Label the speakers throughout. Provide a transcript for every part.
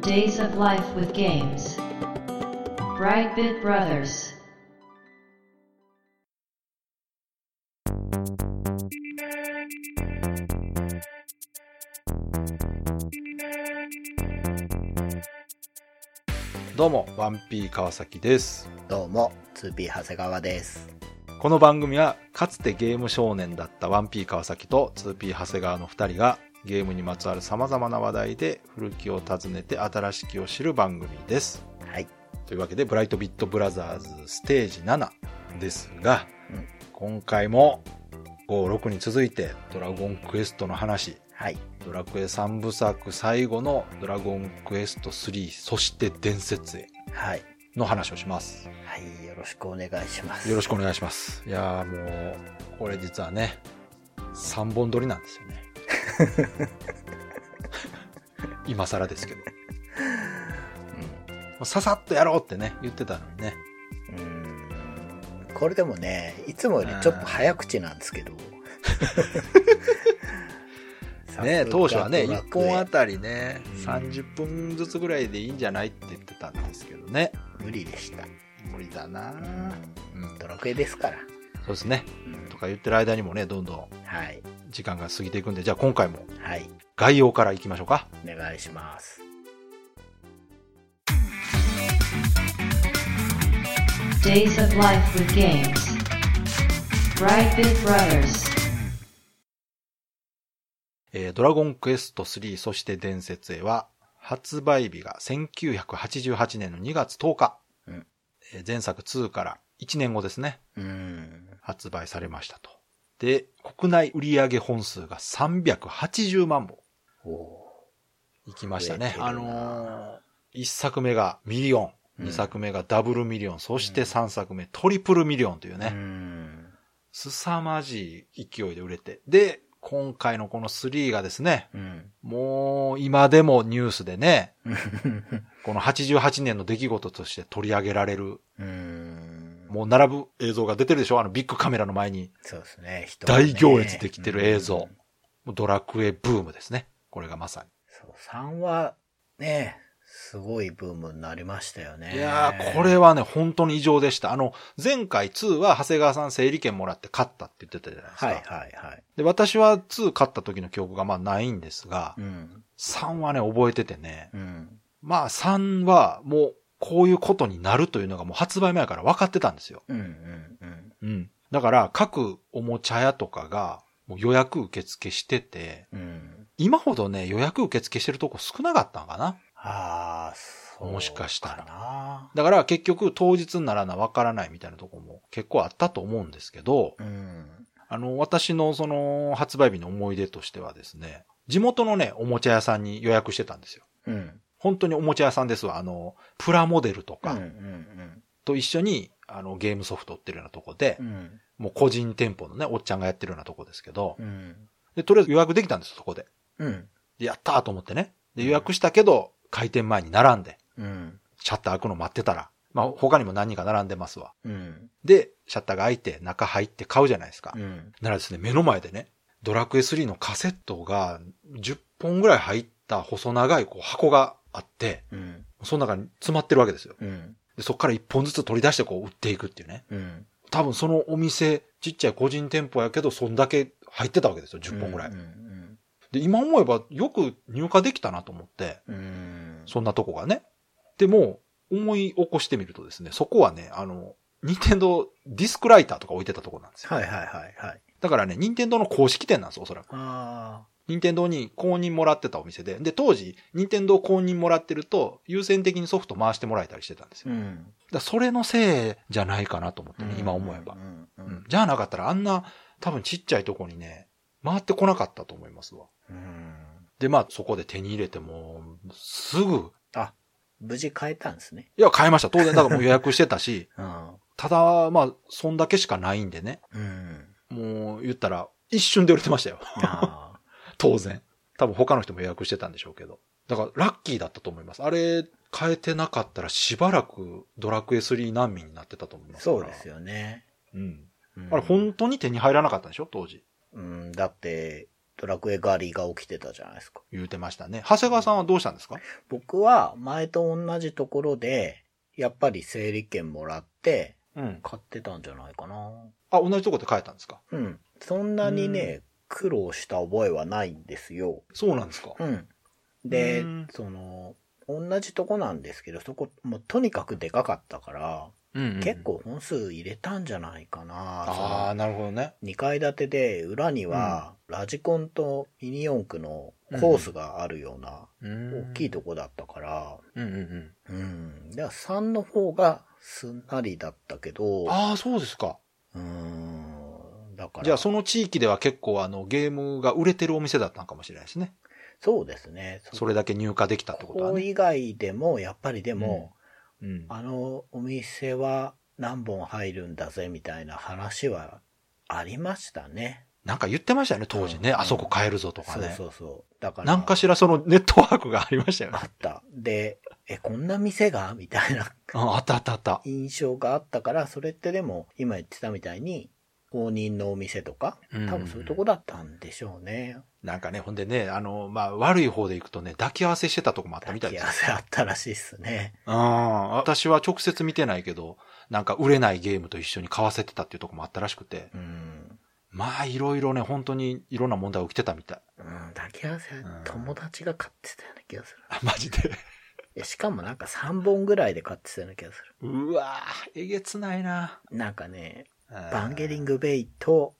Speaker 1: Days of Life with Games. Brightbit Brothers.
Speaker 2: どうも、ワンピー川崎です。
Speaker 3: どうも、2P 長谷川です。
Speaker 2: この番組は、かつてゲーム少年だったワンピー川崎と 2P 長谷川の2人が、ゲームにまつわる様々な話題で、古きを訪ねて新しきを知る番組です。
Speaker 3: はい。
Speaker 2: というわけで、ブライトビットブラザーズステージ7ですが、
Speaker 3: うん
Speaker 2: 今回も、5、6に続いて、ドラゴンクエストの話、
Speaker 3: はい。
Speaker 2: ドラクエ3部作最後のドラゴンクエスト3、そして伝説へ
Speaker 3: はい。
Speaker 2: の話をします。
Speaker 3: はい。よろしくお願いします。
Speaker 2: よろしくお願いします。いやーもう、これ実はね、3本撮りなんですよね。 今更ですけど。うん、ささっとやろうってね、言ってたのにね。
Speaker 3: うーん。これでもね、いつもよりちょっと早口なんですけ ど。
Speaker 2: ね当初はね、1
Speaker 3: 桜ドラクエ
Speaker 2: 本あたりね、
Speaker 3: うん
Speaker 2: 30分ずつぐらいでいいんじゃないって言ってたんですけどね。
Speaker 3: 無理でした。
Speaker 2: 無理だなうん、
Speaker 3: ドラクエですから。
Speaker 2: そうですね。
Speaker 3: うん
Speaker 2: とか言ってる間にもね、どんどん
Speaker 3: はい。
Speaker 2: 時間が過ぎていくんで、じゃあ今回も
Speaker 3: はい。
Speaker 2: 概要からいきましょうか。
Speaker 3: お願いします。
Speaker 1: Days of Life with Games. Brightbit Brothers.
Speaker 2: えードラゴンクエスト3そして伝説へは、発売日が1988年の2月10日。
Speaker 3: うん
Speaker 2: えー前作2から1年後ですね、
Speaker 3: うーん。
Speaker 2: 発売されましたと。で、国内売上本数が380万本
Speaker 3: おお
Speaker 2: いきましたね。
Speaker 3: 増え
Speaker 2: あ
Speaker 3: てるな
Speaker 2: の1作目がミリオン、
Speaker 3: うん
Speaker 2: 2作目がダブルミリオン、そして3作目トリプルミリオンという
Speaker 3: ー。
Speaker 2: ね、
Speaker 3: うーん。
Speaker 2: 凄まじい勢いで売れて。で、今回のこの3がですね、
Speaker 3: うん。
Speaker 2: もう今でもニュースでね、この88年の出来事として取り上げられる、
Speaker 3: うーん。
Speaker 2: もう並ぶ映像が出てるでしょあのビッグカメラの前に。
Speaker 3: そうですね。人がね
Speaker 2: 大行列できてる映像。
Speaker 3: うん
Speaker 2: もうドラクエブームですね。これがまさ
Speaker 3: そう、3はね、すごいブームになりましたよね。
Speaker 2: に。いやー、これはね、本当に異常でした。あの、前回2は長谷川さん整理券もらって勝ったって言ってたじゃないですか。
Speaker 3: はいはいはい。
Speaker 2: で、私は2勝った時の記憶がまあないんですが
Speaker 3: う、ん。
Speaker 2: 3はね、覚えててね。
Speaker 3: うん。
Speaker 2: まあ3はもうこういうことになるというのがもう発売前から分かってたんですよ。
Speaker 3: うんうんうん。
Speaker 2: うん。だから、各おもちゃ屋とかが、もう予約受付してて、
Speaker 3: うん。
Speaker 2: 今ほどね、予約受付してるとこ少なかったんかな。
Speaker 3: ああ、そう
Speaker 2: もしかしたら
Speaker 3: な。
Speaker 2: だから、結局、当日にならな、わからないみたいなとこも結構あったと思うんですけど、
Speaker 3: うん。
Speaker 2: あの、私のその、発売日の思い出としてはですね、地元のね、おもちゃ屋さんに予約してたんですよ。
Speaker 3: うん。
Speaker 2: 本当におもちゃ屋さんですわ。あの、プラモデルと
Speaker 3: うんう
Speaker 2: か
Speaker 3: ん
Speaker 2: と一緒に、あの、ゲームソフト売ってるようなとこで
Speaker 3: うん。う、ん。
Speaker 2: もう個人店舗のね、おっちゃんがやってるようなとこですけど、
Speaker 3: うん。
Speaker 2: で、とりあえず予約できたんですよ、そこで。
Speaker 3: うん。
Speaker 2: でやったーと思ってね。で、予約したけど、開店前に並んで、
Speaker 3: うん。
Speaker 2: シャッター開くの待ってたら、まあ他にも何人か並んでますわ。
Speaker 3: うん。
Speaker 2: で、シャッターが開いて、中入って買うじゃないですか。
Speaker 3: うん。
Speaker 2: ならですね、目の前でね、ドラクエ3のカセットが10本ぐらい入った細長いこう箱があって、
Speaker 3: うん。
Speaker 2: その中に詰まってるわけですよ。
Speaker 3: うん。
Speaker 2: で、そっから1本ずつ取り出してこう売っていくっていうね。
Speaker 3: うん。
Speaker 2: 多分そのお店、ちっちゃい個人店舗やけど、そんだけ入ってたわけですよ、10本ぐらい。
Speaker 3: うんうん
Speaker 2: で、今思えばよく入荷できたなと思って、
Speaker 3: うん。うん。
Speaker 2: そんなとこがね。でも、思い起こしてみるとですね、そこはね、あの、任天堂ディスクライターとか置いてたとこなんですよ。
Speaker 3: はいはいはいはい。
Speaker 2: だからね、任天堂の公式店なんですよ、おそらく。
Speaker 3: あ
Speaker 2: 任天堂に公認もらってたお店で。で、当時、任天堂公認もらってると、優先的にソフト回してもらえたりしてたんです
Speaker 3: あ。
Speaker 2: よ。だか
Speaker 3: ん。
Speaker 2: らそれのせいじゃないかなと思ってね、今思えば
Speaker 3: う。んう
Speaker 2: うん
Speaker 3: ん。
Speaker 2: じゃなかったら、あんな、多分ちっちゃいとこにね、回ってこなかったと思いますわ。
Speaker 3: うん。
Speaker 2: で、まあ、そこで手に入れても、すぐ、
Speaker 3: あ、無事変えたんですね。
Speaker 2: いや、買いました。当然、だからもう予約してたし、
Speaker 3: うん。
Speaker 2: ただ、まあ、そんだけしかないんでね。
Speaker 3: うん。
Speaker 2: もう、言ったら、一瞬で売れてましたよ。
Speaker 3: あ
Speaker 2: 当然。多分他の人も予約してたんでしょうけど。だから、ラッキーだったと思います。あれ、変えてなかったら、しばらくドラクエ3難民になってたと思いま
Speaker 3: あ、
Speaker 2: すから。
Speaker 3: そうですよね。
Speaker 2: うん。
Speaker 3: う
Speaker 2: あれ、本当に手に入らなかったんでしょ当時。
Speaker 3: うん、だって、ドラクエ狩りが起きてたじゃないですか。
Speaker 2: 言うてましたね。長谷川さんはどうしたんですか
Speaker 3: 僕は前と同じところで、やっぱり整理券もらって、
Speaker 2: うん。
Speaker 3: 買ってたんじゃないかな。
Speaker 2: あ、同じとこで変えたんですか
Speaker 3: うん。そんなにね、苦労した覚えはないんですよ。
Speaker 2: そうなんですか
Speaker 3: うん。で
Speaker 2: うん、
Speaker 3: その、同じとこなんですけど、そこ、もうとにかくでかかったから、
Speaker 2: うんうんうん
Speaker 3: 結。構本数入れたんじゃないかな。その
Speaker 2: ああ、なるほどね。
Speaker 3: 2階建てで裏にはラジコンとミニ四駆のコースがあるような
Speaker 2: うん
Speaker 3: 大きいとこだったから、
Speaker 2: うんうんうん。
Speaker 3: うん。では3の方がすんなりだったけど、
Speaker 2: ああ、そうですか。
Speaker 3: うん。だから、
Speaker 2: じゃあ、その地域では結構、あの、ゲームが売れてるお店だったのかもしれないですね。
Speaker 3: そうですね。
Speaker 2: それだけ入荷できたって
Speaker 3: こ
Speaker 2: ことは
Speaker 3: こ
Speaker 2: ね。
Speaker 3: 以外でも、やっぱりでも、
Speaker 2: うん。
Speaker 3: あのお店は何本入るんだぜみたいな話はありましたね。
Speaker 2: なんか言ってましたよね、当時ね。
Speaker 3: うん
Speaker 2: あそこ買えるぞとか
Speaker 3: そう
Speaker 2: ね。
Speaker 3: そうそう。だから、
Speaker 2: なんかしらそのネットワークがありましたよね
Speaker 3: あ。った。で、え、こんな店がみたいな
Speaker 2: うんあったあったあった。
Speaker 3: 印象があったから、それってでも、今言ってたみたいに、公認のお店とか、
Speaker 2: うん
Speaker 3: 多分そういうとこだったんでしょうね。
Speaker 2: なんかね、ほんでね、あの、まあ、悪い方で行くとね、抱き合わせしてたとこもあった
Speaker 3: 抱
Speaker 2: みたい
Speaker 3: き
Speaker 2: で
Speaker 3: 合
Speaker 2: す
Speaker 3: わ。せあったらしいっすね。
Speaker 2: うん。私は直接見てないけど、なんか売れないゲームと一緒に買わせてたっていうとこもあったらしくて。
Speaker 3: うん。
Speaker 2: まあ、いろいろね、本当にいろんな問題が起きてたみたい。
Speaker 3: うん、抱き合わせ
Speaker 2: うん、
Speaker 3: 友達が買ってたような気がする。
Speaker 2: あマジで。
Speaker 3: えしかもなんか3本ぐらいで買ってたような気がする。
Speaker 2: うわぁ、えげつないな
Speaker 3: なんかね、
Speaker 2: バ
Speaker 3: バンゲリングベイと、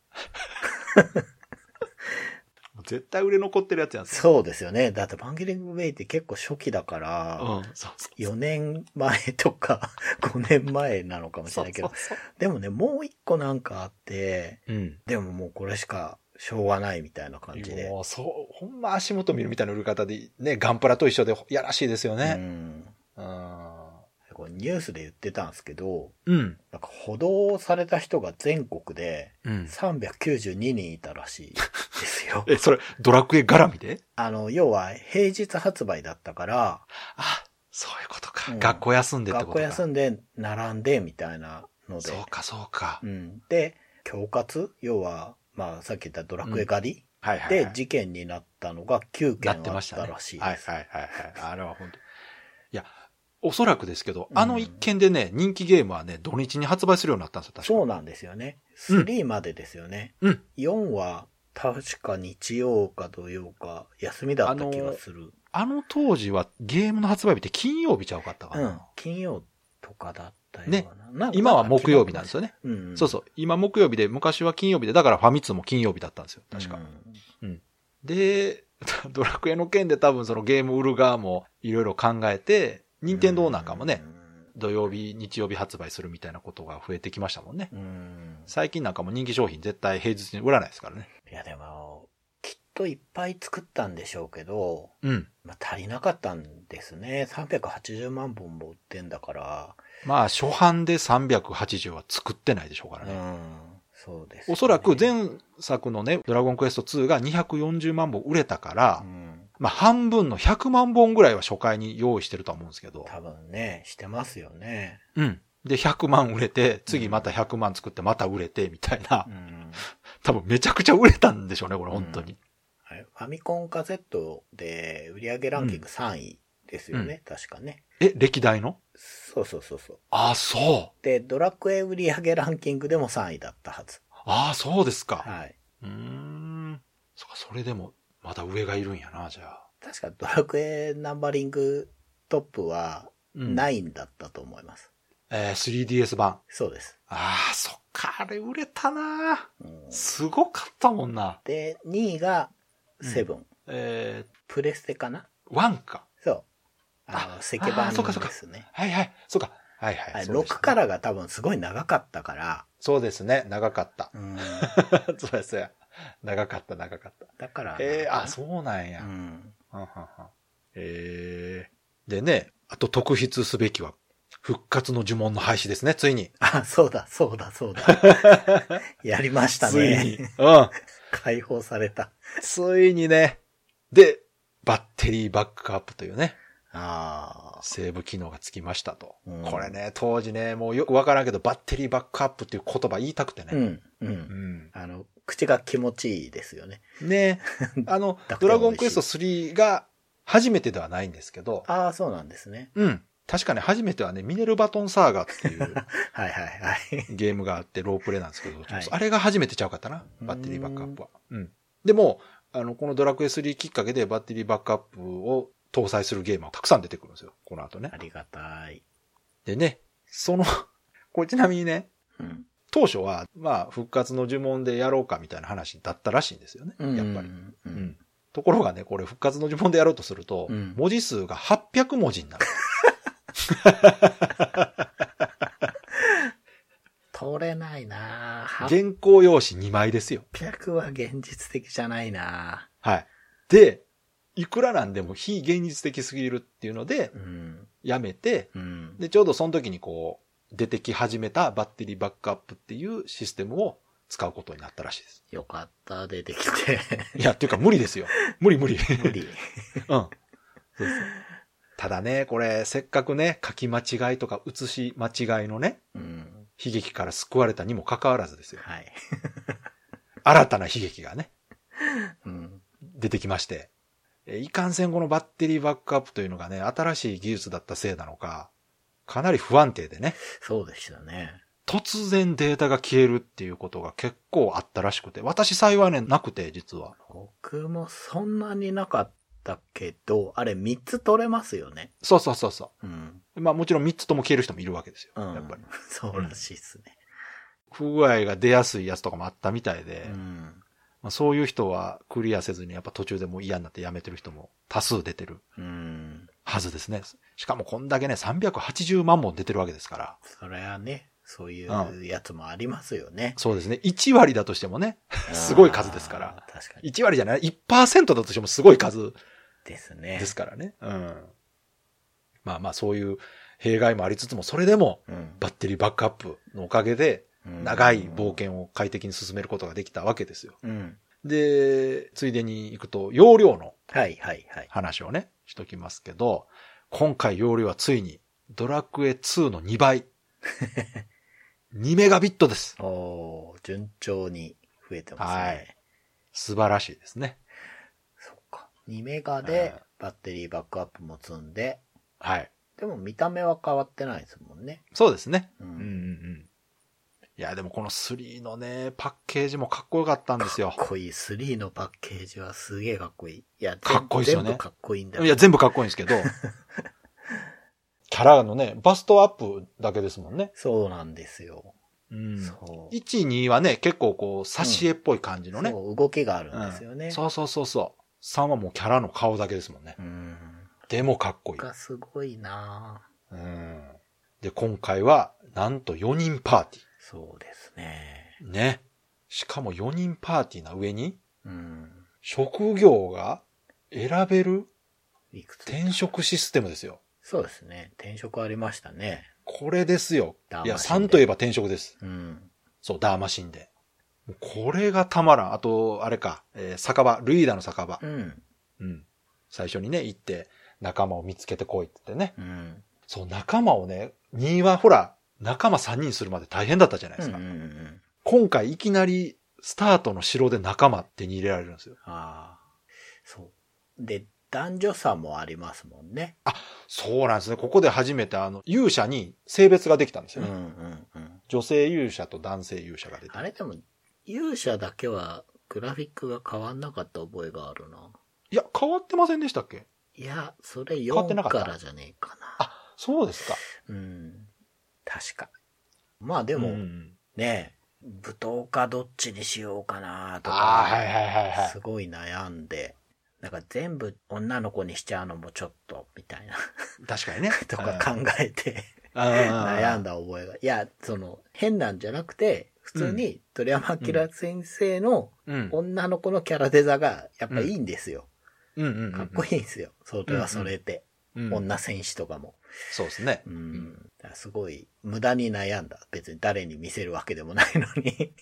Speaker 2: 絶対売れ残ってるやつやん。
Speaker 3: そうですよね。だってバンゲリングベイって結構初期だか
Speaker 2: う
Speaker 3: ら、
Speaker 2: ん、そうそう。
Speaker 3: 4年前とか 5年前なのかもしれないけど、
Speaker 2: そうそう
Speaker 3: でもね、もう一個なんかあって、
Speaker 2: そううん。
Speaker 3: でももうこれしかしょうがないみたいな感じで。
Speaker 2: もう、そう、ほんま足元見るみたいな売り方で、ね、ガンプラと一緒でやらしいですよ
Speaker 3: う
Speaker 2: ね。
Speaker 3: ん。
Speaker 2: うん。
Speaker 3: これニュースで言ってたんですけど、
Speaker 2: うん。
Speaker 3: なんか補導された人が全国で
Speaker 2: うん。。
Speaker 3: 392人いたらしいですよ
Speaker 2: え、それ、ドラクエ絡みで
Speaker 3: あの、要は平日発売だったから、
Speaker 2: あ、そういうことか。
Speaker 3: うん
Speaker 2: 学校休んでってこと
Speaker 3: 学
Speaker 2: か。
Speaker 3: 校休
Speaker 2: ん
Speaker 3: んで並んでみたいなので。
Speaker 2: そうか、そうか。
Speaker 3: うん。で、恐喝要は、まあさっき言ったドラクエ狩り、
Speaker 2: はいはい、はい。
Speaker 3: で事件になったのが9
Speaker 2: な
Speaker 3: 件
Speaker 2: って
Speaker 3: あ
Speaker 2: ま
Speaker 3: っ
Speaker 2: した
Speaker 3: た
Speaker 2: ね。
Speaker 3: らしい
Speaker 2: はい
Speaker 3: で
Speaker 2: は
Speaker 3: す。
Speaker 2: いはいはい。あれは本当いや、おそらくですけど、
Speaker 3: うん
Speaker 2: あの一件でね、人気ゲームはね、土日に発売するようになったんですよ、確か
Speaker 3: そうなんですよね。
Speaker 2: うん
Speaker 3: 3までですよね。
Speaker 2: うん
Speaker 3: 4は、確か日曜か土曜か、休みだった気がする。
Speaker 2: あの当時はゲームの発売日って金曜日ちゃうかったか
Speaker 3: う
Speaker 2: な。
Speaker 3: ん。金曜とかだったような。
Speaker 2: ね
Speaker 3: なんか
Speaker 2: 今は木曜日なんですよね。
Speaker 3: うん。
Speaker 2: そうそう。今木曜日で、昔は金曜日で、だからファミ通も金曜日だったんですよ。確か。
Speaker 3: ん
Speaker 2: で、 ドラクエの件で多分そのゲーム売る側もいろいろ考えて、任天堂なんかもね、。土曜日、日曜日発売するみたいなことが増えてきましたもんね。
Speaker 3: うんうん。
Speaker 2: 最近なんかも人気商品絶対平日に売らないですからね。
Speaker 3: いやでも、きっといっぱい作ったんでしょうけど、
Speaker 2: うん。
Speaker 3: まあ、足りなかったんですね。380万本も売ってんだから。
Speaker 2: まあ、初版で380は作ってないでしょうから
Speaker 3: う
Speaker 2: ね。
Speaker 3: ん。そうですよね、
Speaker 2: おそらく前作のね、ドラゴンクエスト2が240万本売れたから
Speaker 3: う、ん。
Speaker 2: まあ半分の100万本ぐらいは初回に用意してるとは思うんですけど。
Speaker 3: 多分ね、してますよね。
Speaker 2: うん。で、100万売れて、次また100万作ってまた売れて、みたいな
Speaker 3: う。ん。
Speaker 2: 多分めちゃくちゃ売れたんでしょうね、これ、本当に。
Speaker 3: あれファミコンカセットで売り上げランキング3位ですよね、確かね。
Speaker 2: え、歴代の
Speaker 3: そうそうそうそう。
Speaker 2: ああ、そう。
Speaker 3: で、ドラクエ売り上げランキングでも3位だったはず。
Speaker 2: ああ、そうですか。
Speaker 3: はい。
Speaker 2: うーん。そっか、それでも、まだ上がいるんやな、じゃあ。
Speaker 3: 確かドラクエナンバリングトップは
Speaker 2: うん。い。
Speaker 3: 9だったと思います。
Speaker 2: えー 3DS 版。
Speaker 3: そうです。
Speaker 2: ああ、そっか、あれ売れたな。
Speaker 3: うん
Speaker 2: すごかったもんな。
Speaker 3: で、2位がセブン。
Speaker 2: え
Speaker 3: プレステかな
Speaker 2: ー、1か。
Speaker 3: そう。あの、石
Speaker 2: あ
Speaker 3: 板
Speaker 2: ーそうかそうか
Speaker 3: ですね。
Speaker 2: はいはい。そっか。はいはい。
Speaker 3: はい、
Speaker 2: そうでした
Speaker 3: 6からが多分すごい長かったから、
Speaker 2: そうですね。長かった。
Speaker 3: うん、
Speaker 2: そうですね。長かった、長かった。
Speaker 3: だから。
Speaker 2: えー、あ、そうなんや。
Speaker 3: う
Speaker 2: はん
Speaker 3: ん。
Speaker 2: はんはんえー、でね、あと特筆すべきは、復活の呪文の廃止ですね、ついに。
Speaker 3: あ、そうだ、そうだ、そう だ。やりました
Speaker 2: ついに。
Speaker 3: ね。
Speaker 2: うん。
Speaker 3: 解放された。
Speaker 2: ついにね。で、バッテリーバックアップというね、
Speaker 3: ああ。
Speaker 2: セーブ機能がつきましたと。
Speaker 3: うん
Speaker 2: これね、当時ね、もうよくわからんけど、バッテリーバックアップっていう言葉言いたくて
Speaker 3: う
Speaker 2: ね。
Speaker 3: ん、う。
Speaker 2: うんん。
Speaker 3: あの、口が気持ちいいですよね。
Speaker 2: ねあの、ドラゴンクエスト3が初めてではないんですけど、
Speaker 3: ああ、そうなんですね。
Speaker 2: うん。確かね、初めてはね、ミネルバトンサーガっていう
Speaker 3: はいはいはい。
Speaker 2: ゲームがあって、ロープレイなんですけど、
Speaker 3: はい
Speaker 2: あれが初めてちゃうかったな、バッテリーバックアップは。うん。でも、あの、このドラクエ3きっかけでバッテリーバックアップを搭載するゲームはたくさん出てくるんですよ、この後ね
Speaker 3: あ。りがたい。
Speaker 2: でね、その、 これちなみにね、
Speaker 3: うん。
Speaker 2: 当初は、まあ、復活の呪文でやろうかみたいな話だったらしいんですよね、やっぱり。
Speaker 3: うん。う
Speaker 2: うんん。ところがね、これ復活の呪文でやろうとすると、
Speaker 3: うん
Speaker 2: 文字数が800文字になる。
Speaker 3: 取れないなぁ。
Speaker 2: 原稿用紙2枚ですよ。
Speaker 3: 800は現実的じゃないな
Speaker 2: はい。で、いくらなんでも非現実的すぎるっていうので
Speaker 3: ぁ。う、ん。
Speaker 2: やめて、
Speaker 3: うん。
Speaker 2: で、ちょうどその時にこう、出てき始めたバッテリーバックアップっていうシステムを使うことになったらしいです。
Speaker 3: よかった、出てきて。
Speaker 2: いや、っていうか無理ですよ。無理無理。
Speaker 3: 無理。
Speaker 2: うん。そうそうただね、これ、せっかくね、書き間違いとか写し間違いのね、
Speaker 3: うん。
Speaker 2: 悲劇から救われたにもかかわらずですよ。
Speaker 3: はい。
Speaker 2: 新たな悲劇がね、
Speaker 3: うん。
Speaker 2: 出てきまして。えいかんせんこのバッテリーバックアップというのがね、新しい技術だったせいなのか、かなり不安定でね、
Speaker 3: そうでしたね。
Speaker 2: 突然データが消えるっていうことが結構あったらしくて、私幸いね、なくて、実は。
Speaker 3: 僕もそんなになかったけど、あれ3つ取れますよね。
Speaker 2: そうそうそうそ
Speaker 3: うん。
Speaker 2: う。まあもちろん3つとも消える人もいるわけですよ。
Speaker 3: うん。
Speaker 2: やっぱり。。
Speaker 3: そうらしいっすね。
Speaker 2: 不具合が出やすいやつとかもあったみたいで、
Speaker 3: うん。
Speaker 2: まあ、そういう人はクリアせずにやっぱ途中でもう嫌になってやめてる人も多数出てる
Speaker 3: うん。
Speaker 2: はずですね。しかもこんだけね、380万本出てるわけですから。
Speaker 3: それはね、そうい
Speaker 2: あ
Speaker 3: うやつもありますよね。
Speaker 2: そうですね。1割だとしてもね、すごい数ですから。
Speaker 3: あー。確かに。
Speaker 2: 1割じゃない、1%だとしてもすごい数
Speaker 3: ですね。
Speaker 2: ですからね。うん。まあまあそういう弊害もありつつも、それでも
Speaker 3: うん
Speaker 2: バッテリーバックアップのおかげで、
Speaker 3: うん
Speaker 2: 長い冒険を快適に進めることができたわけですよ。
Speaker 3: うん。
Speaker 2: で、ついでに行くと、容量の
Speaker 3: はいはいはい。
Speaker 2: 話をね、しときますけど、今回容量はついに、ドラクエ2の2倍。2メガビットです。
Speaker 3: おー順調に増えてますね。
Speaker 2: はい素晴らしいですね。
Speaker 3: そっか。2メガ
Speaker 2: う
Speaker 3: で
Speaker 2: ん
Speaker 3: バッテリーバックアップも積んで、
Speaker 2: はい。
Speaker 3: でも見た目は変わってないですもんね。
Speaker 2: そうですね。
Speaker 3: う
Speaker 2: うんうんう。ん。いや、でもこの3のね、パッケージもかっこよかったんですよ
Speaker 3: か。っこいい。3のパッケージはすげえかっこいい。いや、
Speaker 2: かっこいいっすよね
Speaker 3: 全部かっこいいんだけど
Speaker 2: いや、全部かっこいいんです けど、キャラのね、バストアップだけですもんね。
Speaker 3: そうなんですよ。
Speaker 2: うん
Speaker 3: そう。
Speaker 2: 1、2はね、結構こう、挿絵っぽい感じのね。
Speaker 3: そう動きがある
Speaker 2: うん
Speaker 3: んですよね。
Speaker 2: そうそうそうそう。3はもうキャラの顔だけですもんね。
Speaker 3: うん。
Speaker 2: でもかっこいい。
Speaker 3: がすごいなぁ
Speaker 2: うん。で、今回は、なんと4人パーテ
Speaker 3: そうですね。
Speaker 2: ィー。ね。しかも4人パーティーな上に、
Speaker 3: うん。
Speaker 2: 職業が選べる
Speaker 3: いくつ
Speaker 2: 転職システムですよ。
Speaker 3: そうですね。転職ありましたね。
Speaker 2: これですよ。いや、
Speaker 3: ダーマシンで
Speaker 2: 3といえば転職です。
Speaker 3: うん。
Speaker 2: そう、ダーマシンで。もうこれがたまらん。あと、あれか、えー酒場、ルイーダの酒場
Speaker 3: う。ん。
Speaker 2: うん。最初にね、行って、仲間を見つけてこいって言ってね。
Speaker 3: うん。
Speaker 2: そう、仲間をね、2はほら、仲間3人するまで大変だったじゃないで
Speaker 3: う
Speaker 2: す
Speaker 3: ん
Speaker 2: か。
Speaker 3: うんうん。
Speaker 2: 今回いきなりスタートの城で仲間手に入れられるんですよ。
Speaker 3: ああ。そう。で、男女差もありますもんね。
Speaker 2: そうなんですね。ここで初めてあの、勇者に性別ができたんです
Speaker 3: う
Speaker 2: よ
Speaker 3: んう
Speaker 2: ね。
Speaker 3: んうん。
Speaker 2: 女性勇者と男性勇者が出て
Speaker 3: あ。れでも、勇者だけはグラフィックが変わんなかった覚えがあるな。
Speaker 2: いや、変わってませんでしたっけ
Speaker 3: いや、それ
Speaker 2: わってな
Speaker 3: 4
Speaker 2: かった
Speaker 3: からじゃねえかな。
Speaker 2: あ、そうですか。
Speaker 3: うん。確か。まあでも、
Speaker 2: うん
Speaker 3: ね、舞踏家どっちにしようかなと
Speaker 2: ああ、はい
Speaker 3: か、
Speaker 2: はいはいは
Speaker 3: すごい悩んで、なんか全部女の子にしちゃうのもちょっと、みたいな、
Speaker 2: い。確かに ね。
Speaker 3: とか考えて、
Speaker 2: 悩
Speaker 3: 悩ん。だ覚えが。いや、その、変なんじゃなくて、普通に鳥山明先生の
Speaker 2: うん。
Speaker 3: 女の子のキャラデザがやっぱいいんですよ。
Speaker 2: うんうんうん。
Speaker 3: かっこいいんですよ。それはそれで。
Speaker 2: うん
Speaker 3: 女戦士とかも。
Speaker 2: そうですね
Speaker 3: う。ん。だからすごい、無駄に悩んだ。別に誰に見せるわけでもないの に。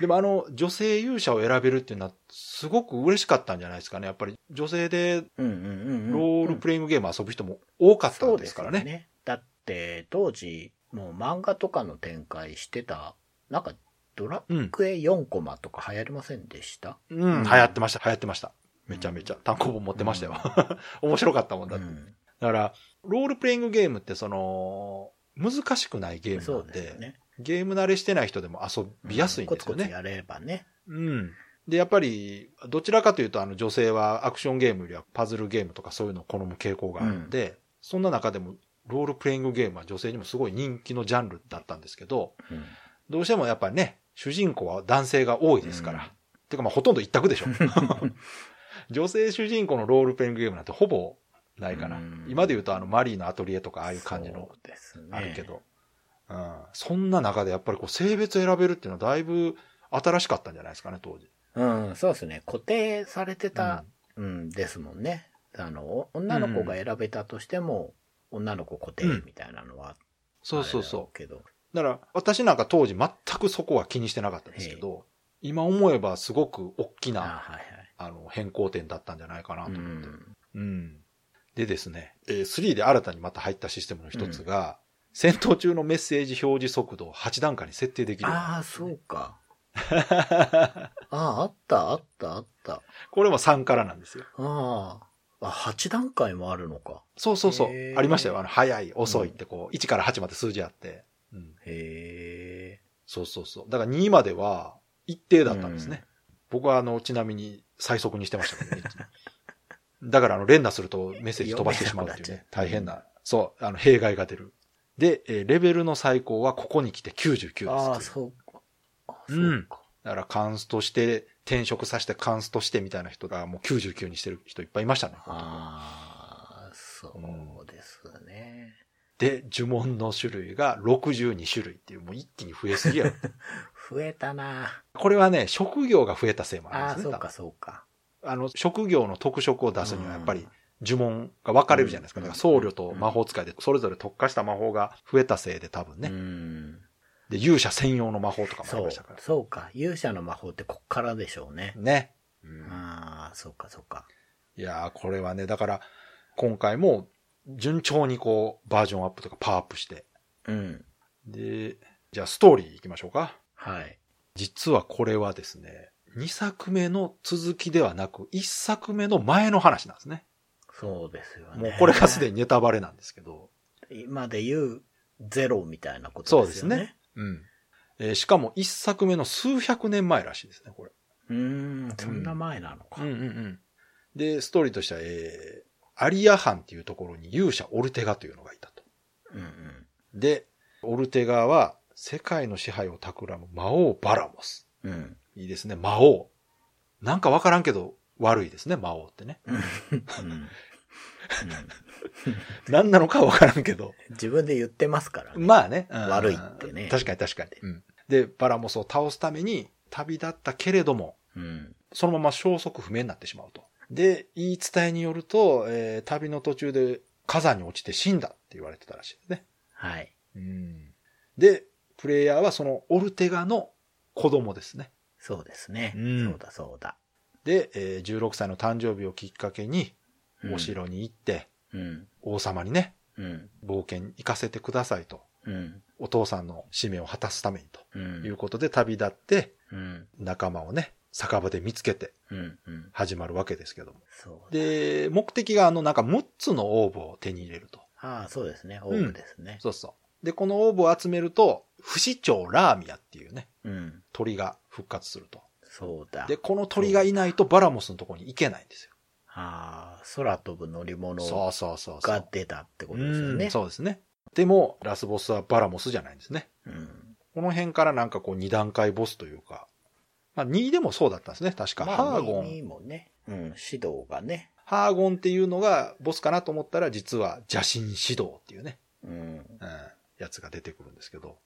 Speaker 2: でもあの、女性勇者を選べるっていうのは、すごく嬉しかったんじゃないですかね。やっぱり女性で
Speaker 3: うんうんうんうん。
Speaker 2: ロールプレイングゲーム遊ぶ人も多かったんですから
Speaker 3: そう
Speaker 2: ね。
Speaker 3: よだって、当時、もう漫画とかの展開してた、なんか、ドラクエ4コマとか流行りませんでした、
Speaker 2: うん、流行ってました、流行ってました。めちゃめちゃ。単行本持ってましたよ。 面白かったもんだ
Speaker 3: う
Speaker 2: って。
Speaker 3: ん、
Speaker 2: だから、ロールプレイングゲームってその、難しくないゲーム
Speaker 3: そ
Speaker 2: な
Speaker 3: うんです
Speaker 2: で、
Speaker 3: よね。
Speaker 2: ゲーム慣れしてない人でも遊びやすいんですよ
Speaker 3: コツコツ
Speaker 2: ね。
Speaker 3: やればね。
Speaker 2: うん。で、やっぱり、どちらかというと、あの、女性はアクションゲームよりはパズルゲームとかそういうのを好む傾向があるので、そんな中でも、ロールプレイングゲームは女性にもすごい人気のジャンルだったんですけど、
Speaker 3: うん
Speaker 2: どうしてもやっぱりね、主人公は男性が多いですから。
Speaker 3: うん
Speaker 2: てかまあほとんど一択で しょ。女性主人公のロールプレイングゲームなんてほぼないかな。
Speaker 3: うん
Speaker 2: 今で言うとあのマリーのアトリエとかああいう感じの
Speaker 3: そうですね
Speaker 2: あるけど。うん。そんな中でやっぱりこう性別選べるっていうのはだいぶ新しかったんじゃないですかね、当時。
Speaker 3: うん、そうですね。固定されてた、うん、ですもんね。あの、お女の子が選べたとしても、女の子固定みたいなのは、。
Speaker 2: そうそうそう
Speaker 3: けど。
Speaker 2: う。だから私なんか当時全くそこは気にしてなかったんですけど、今思えばすごく大き
Speaker 3: あ
Speaker 2: な
Speaker 3: はい
Speaker 2: あの変更点だったんじゃないかな
Speaker 3: はい。
Speaker 2: と
Speaker 3: う
Speaker 2: 思って。
Speaker 3: ん。
Speaker 2: うん。でですね、えー3で新たにまた入ったシステムの一つが、戦闘中のメッセージ表示速度を8段階に設定できる。
Speaker 3: ああ、そう か。ああ、あった、あった、あった。
Speaker 2: これも3からなんですよ。
Speaker 3: ああ。あ、8段階もあるのか。
Speaker 2: そうそうそう
Speaker 3: へ。ー
Speaker 2: ありましたよ。あの、早い、遅いってこう、1から8まで数字あって。うん。
Speaker 3: へえ。
Speaker 2: そうそうそう。だから2までは一定だったんですね。僕はあの、ちなみに最速にしてましたけどね。だからあの、連打するとメッセージ飛ばしてしまうっていうね。大
Speaker 3: 読め
Speaker 2: 変
Speaker 3: な
Speaker 2: な、そう、あの、弊害が出る。で、えーレベルの最高はここに来て99ですっていう。
Speaker 3: ああ、そうか。あ
Speaker 2: う
Speaker 3: そうか。
Speaker 2: んだから、カンストして、転職させてカンストしてみたいな人がもう99にしてる人いっぱいいましたね。
Speaker 3: ああ、そうですね。
Speaker 2: で、呪文の種類が62種類っていう、もう一気に増えすぎやろ。
Speaker 3: 増えたな。
Speaker 2: これはね、職業が増えたせいもあ
Speaker 3: あ
Speaker 2: るん
Speaker 3: あ、
Speaker 2: です
Speaker 3: そ
Speaker 2: ね。
Speaker 3: う
Speaker 2: 多分
Speaker 3: か、そうか。
Speaker 2: あの、職業の特色を出すにはやっぱ
Speaker 3: う
Speaker 2: り
Speaker 3: ん
Speaker 2: 呪文が分かれるじゃないですか。
Speaker 3: うん
Speaker 2: だから僧侶と魔法使いで、それぞれ特化した魔法が増えたせいで多分
Speaker 3: う
Speaker 2: ね。
Speaker 3: ん。
Speaker 2: で、勇者専用の魔法とかもあり
Speaker 3: そう
Speaker 2: ましたから。
Speaker 3: そうか勇者の魔法ってこっからでしょうね、
Speaker 2: ね。
Speaker 3: ああそうかそうか
Speaker 2: いやー、これはね、だから、今回も順調にこう、バージョンアップとかパワーアップして、
Speaker 3: うん
Speaker 2: で、じゃあストーリー行きましょうか。
Speaker 3: はい
Speaker 2: 実はこれはですね、2作目の続きではなく、1作目の前の話なんですね。
Speaker 3: そうですよね
Speaker 2: もうこれがすでにネタバレなんですけど。
Speaker 3: 今で言うゼロみたいなことですよね
Speaker 2: うん。えーしかも1作目の数百年前らしいですね、これ。
Speaker 3: うーんそんな前なのか、
Speaker 2: うんうん。で、ストーリーとしては、えー、アリア藩っていうところに勇者オルテガというのがいたと。
Speaker 3: うんうん
Speaker 2: で、オルテガは世界の支配を企む魔王バラモス。
Speaker 3: うん
Speaker 2: いいですね、魔王。なんかわからんけど、悪いですね、魔王って ね。
Speaker 3: うんうん
Speaker 2: 何なのかわからんけど。
Speaker 3: 自分で言ってますからね、
Speaker 2: まあね。うん
Speaker 3: 悪いってね
Speaker 2: 確かに確かに。うんで、バラモスを倒すために旅立ったけれども、
Speaker 3: うん、
Speaker 2: そのまま消息不明になってしまうと。で、言い伝えによると、えー旅の途中で火山に落ちて死んだって言われてたらしいですね。
Speaker 3: はい
Speaker 2: うん。で、プレイヤーはそのオルテガの子供ですね。
Speaker 3: そうですね、
Speaker 2: うん
Speaker 3: そうだそうだ
Speaker 2: で、えー16歳の誕生日をきっかけに、
Speaker 3: うん
Speaker 2: お城に行って、
Speaker 3: うん
Speaker 2: 王様にね、
Speaker 3: うん
Speaker 2: 冒険行かせてくださいと。
Speaker 3: うん
Speaker 2: お父さんの使命を果たすためにと
Speaker 3: うん
Speaker 2: いうことで旅立って、
Speaker 3: うん
Speaker 2: 仲間をね、酒場で見つけて
Speaker 3: うんうん
Speaker 2: 始まるわけですけども。
Speaker 3: そうだ
Speaker 2: で、目的があの、なんか6つのオーブを手に入れると。
Speaker 3: ああそうですね多くですね
Speaker 2: そうそう。で、このオーブを集めると、不死鳥ラーミアっていうね、
Speaker 3: うん、
Speaker 2: 鳥が復活すると。
Speaker 3: そうだ
Speaker 2: で、この鳥がいないとバラモスのところに行けないんですよ。
Speaker 3: ああ、空飛ぶ乗り物
Speaker 2: そうそうそうそう。
Speaker 3: が出たってことですよ
Speaker 2: うん
Speaker 3: ね。
Speaker 2: そうですね。でも、ラスボスはバラモスじゃないんですね。
Speaker 3: うん
Speaker 2: この辺からなんかこう2段階ボスというか、まあ2でもそうだったんですね。確か。
Speaker 3: まあ
Speaker 2: ハーゴン
Speaker 3: に。もね、うん、指導がね、
Speaker 2: ハーゴンっていうのがボスかなと思ったら、実は邪神指導っていうね、
Speaker 3: うん、
Speaker 2: うん、やつが出てくるんですけど。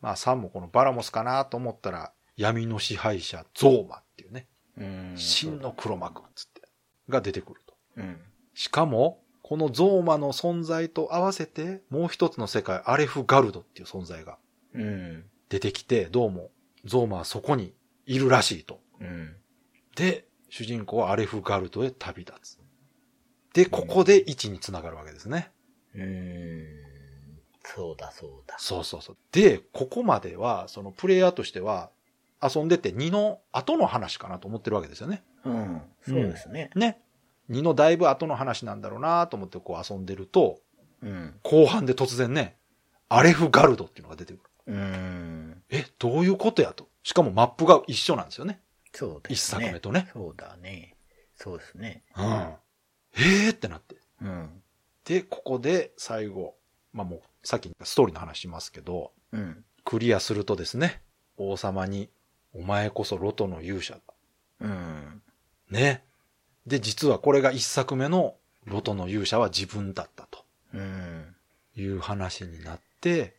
Speaker 2: まあ3もこのバラモスかなと思ったら、闇の支配者ゾーマっていうね、
Speaker 3: うん、
Speaker 2: 真の黒幕っつって、が出てくると。
Speaker 3: うん、
Speaker 2: しかも、このゾーマの存在と合わせて、もう一つの世界、アレフガルドっていう存在が
Speaker 3: うん、
Speaker 2: 出てきて、どうも、ゾーマはそこにいるらしいと。
Speaker 3: うん、
Speaker 2: で、主人公はアレフガルドへ旅立つ。で、ここで1に繋がるわけですね。
Speaker 3: うん、そうだそうだ。
Speaker 2: そうそうそう。で、ここまでは、そのプレイヤーとしては、遊んでて2の後の話かなと思ってるわけですよね。
Speaker 3: うん。そうですね。
Speaker 2: ね。2のだいぶ後の話なんだろうなと思ってこう遊んでると、
Speaker 3: うん。
Speaker 2: 後半で突然ね、アレフガルドっていうのが出てくる。
Speaker 3: うん。
Speaker 2: え、どういうことやと。しかもマップが一緒なんですよね。
Speaker 3: そう
Speaker 2: 一
Speaker 3: です
Speaker 2: 作
Speaker 3: ね。
Speaker 2: 目とね。
Speaker 3: そうだね。そうですね。
Speaker 2: うん。えーってなって。
Speaker 3: うん。
Speaker 2: で、ここで最後、まあもうさっきストーリーの話しますけど、
Speaker 3: うん。
Speaker 2: クリアするとですね、王様に、お前こそロトの勇者だ。
Speaker 3: うん。
Speaker 2: ね。で、実はこれが一作目のロトの勇者は自分だったと
Speaker 3: うん。
Speaker 2: いう話になって、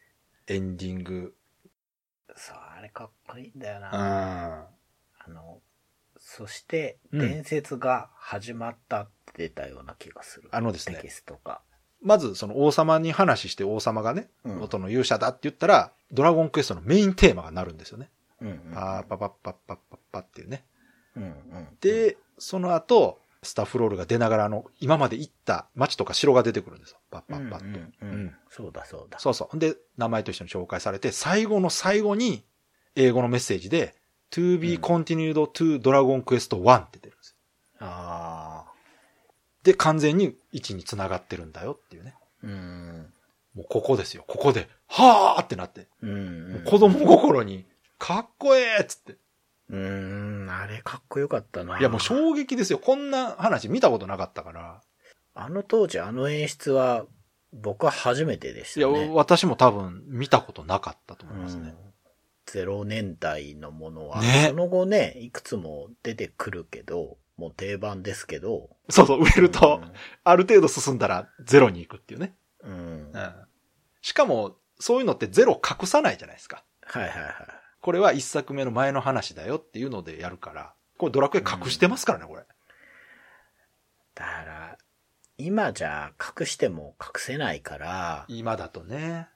Speaker 2: エンディング。
Speaker 3: そう、あれかっこいいんだよ
Speaker 2: う
Speaker 3: な。
Speaker 2: ん。
Speaker 3: あの、そして、
Speaker 2: うん
Speaker 3: 伝説が始まったって出たような気がする。
Speaker 2: あのですね
Speaker 3: テキストが。
Speaker 2: まず、その王様に話して王様がね、
Speaker 3: うん
Speaker 2: ロトの勇者だって言ったら、ドラゴンクエストのメインテーマがなるんですよね。
Speaker 3: うんうん。
Speaker 2: パーパパッパッパッパッパっていうね。
Speaker 3: うんうん。
Speaker 2: で、その後、スタッフロールが出ながらあの、今まで行った町とか城が出てくるんですよ。パッ
Speaker 3: う
Speaker 2: パ
Speaker 3: ん、
Speaker 2: ッ
Speaker 3: パ
Speaker 2: パッと。
Speaker 3: ッと。う
Speaker 2: うんん。
Speaker 3: そうだそうだ。
Speaker 2: そうそう。で、名前と一緒に紹介されて、最後の最後に、英語のメッセージで、to be
Speaker 3: うん
Speaker 2: continued to Dragon Quest 1って出るんですよ。
Speaker 3: ああ。
Speaker 2: で、完全に1に繋がってるんだよっていうね。
Speaker 3: うん。
Speaker 2: もうここですよ。ここで、はーってなって、
Speaker 3: うん、
Speaker 2: も
Speaker 3: う。
Speaker 2: うん子供心に、かっこええっつって。
Speaker 3: うーん、あれかっこよかったな。
Speaker 2: いやもう衝撃ですよ。こんな話見たことなかったから。
Speaker 3: あの当時あの演出は僕は初めてでし
Speaker 2: い
Speaker 3: た
Speaker 2: や、
Speaker 3: ね。
Speaker 2: 私も多分見たことなかったと思います
Speaker 3: うん
Speaker 2: ね。
Speaker 3: 0年代のものは、
Speaker 2: ね
Speaker 3: その後ね、いくつも出てくるけど、もう定番ですけど。
Speaker 2: そうそう、売れると、ある程度進んだらゼロに行くっていうね。
Speaker 3: うん。うん。はい
Speaker 2: しかも、そういうのってゼロ隠さないじゃないですか。
Speaker 3: はいはい。
Speaker 2: これは一作目の前の話だよっていうのでやるから、これドラクエ隠してますからね、これ。
Speaker 3: だから、今じゃ隠しても隠せないから、
Speaker 2: 今だとね。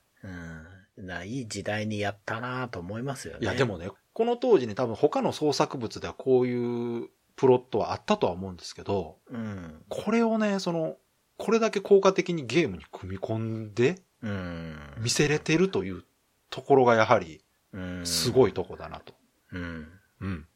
Speaker 3: うん。ないい時代にやったなと思いますよね。
Speaker 2: いや、で。もね、この当時に多分他の創作物ではこういうプロットはあったとは思うんですけど、
Speaker 3: うん。
Speaker 2: これをね、その、これだけ効果的にゲームに組み込んで
Speaker 3: うん。
Speaker 2: 見せれてるというところがやはり
Speaker 3: うん。
Speaker 2: すごいとこだなと。
Speaker 3: うん。
Speaker 2: うん。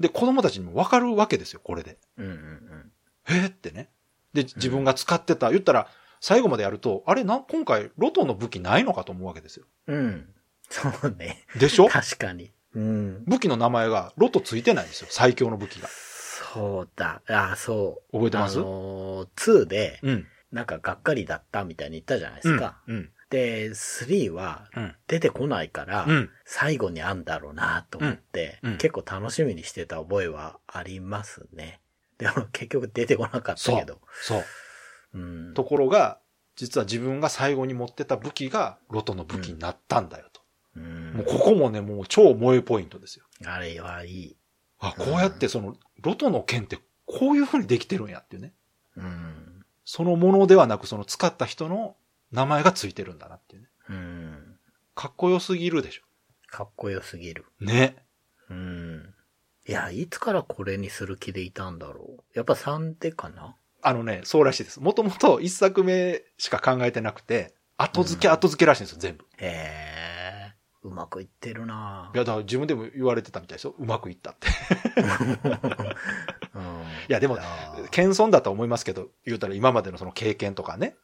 Speaker 2: で、子供たちにもわかるわけですよ、これで。
Speaker 3: うんうんうん。
Speaker 2: えーってね。で、自分が使ってた、言ったら、最後までやると、あれな、今回、ロトの武器ないのかと思うわけですよ。
Speaker 3: うん。そうね。
Speaker 2: でしょ
Speaker 3: 確かに。うん。
Speaker 2: 武器の名前が、ロトついてないんですよ。最強の武器が。
Speaker 3: そうだ。あ、そう。
Speaker 2: 覚えてます
Speaker 3: あのー、2で、
Speaker 2: うん。
Speaker 3: なんかがっかりだったみたいに言ったじゃないですか。
Speaker 2: うん。
Speaker 3: で、3は
Speaker 2: うん。
Speaker 3: 出てこないから、
Speaker 2: うん。
Speaker 3: 最後にあんだろうなと思って、
Speaker 2: うんうん
Speaker 3: 結構楽しみにしてた覚えはありますね。でも 結局出てこなかったけど。
Speaker 2: そう。
Speaker 3: うん。
Speaker 2: ところが、実は自分が最後に持ってた武器が、ロトの武器になったんだよと。
Speaker 3: うん
Speaker 2: もうここもね、もう超萌えポイントですよ。
Speaker 3: あれはいい。
Speaker 2: あ、こうやってその、ロトの剣って、こういう風にできてるんやっていうね。
Speaker 3: うん。
Speaker 2: そのものではなく、その使った人の名前がついてるんだなっていうね。
Speaker 3: うん。
Speaker 2: かっこよすぎるでしょ。
Speaker 3: かっこよすぎる。
Speaker 2: ね。
Speaker 3: うん。いや、いつからこれにする気でいたんだろう。やっぱ3でかな
Speaker 2: あのね、そうらしいです。もともと一作目しか考えてなくて、後付け
Speaker 3: うん
Speaker 2: 後付けらしいんですよ、全部。
Speaker 3: へえ、うまくいってるない
Speaker 2: や、だから自分でも言われてたみたいですよ。うまく いったって。
Speaker 3: うん
Speaker 2: いや、でも、 謙遜だとは思いますけど、言うたら今までのその経験とかね、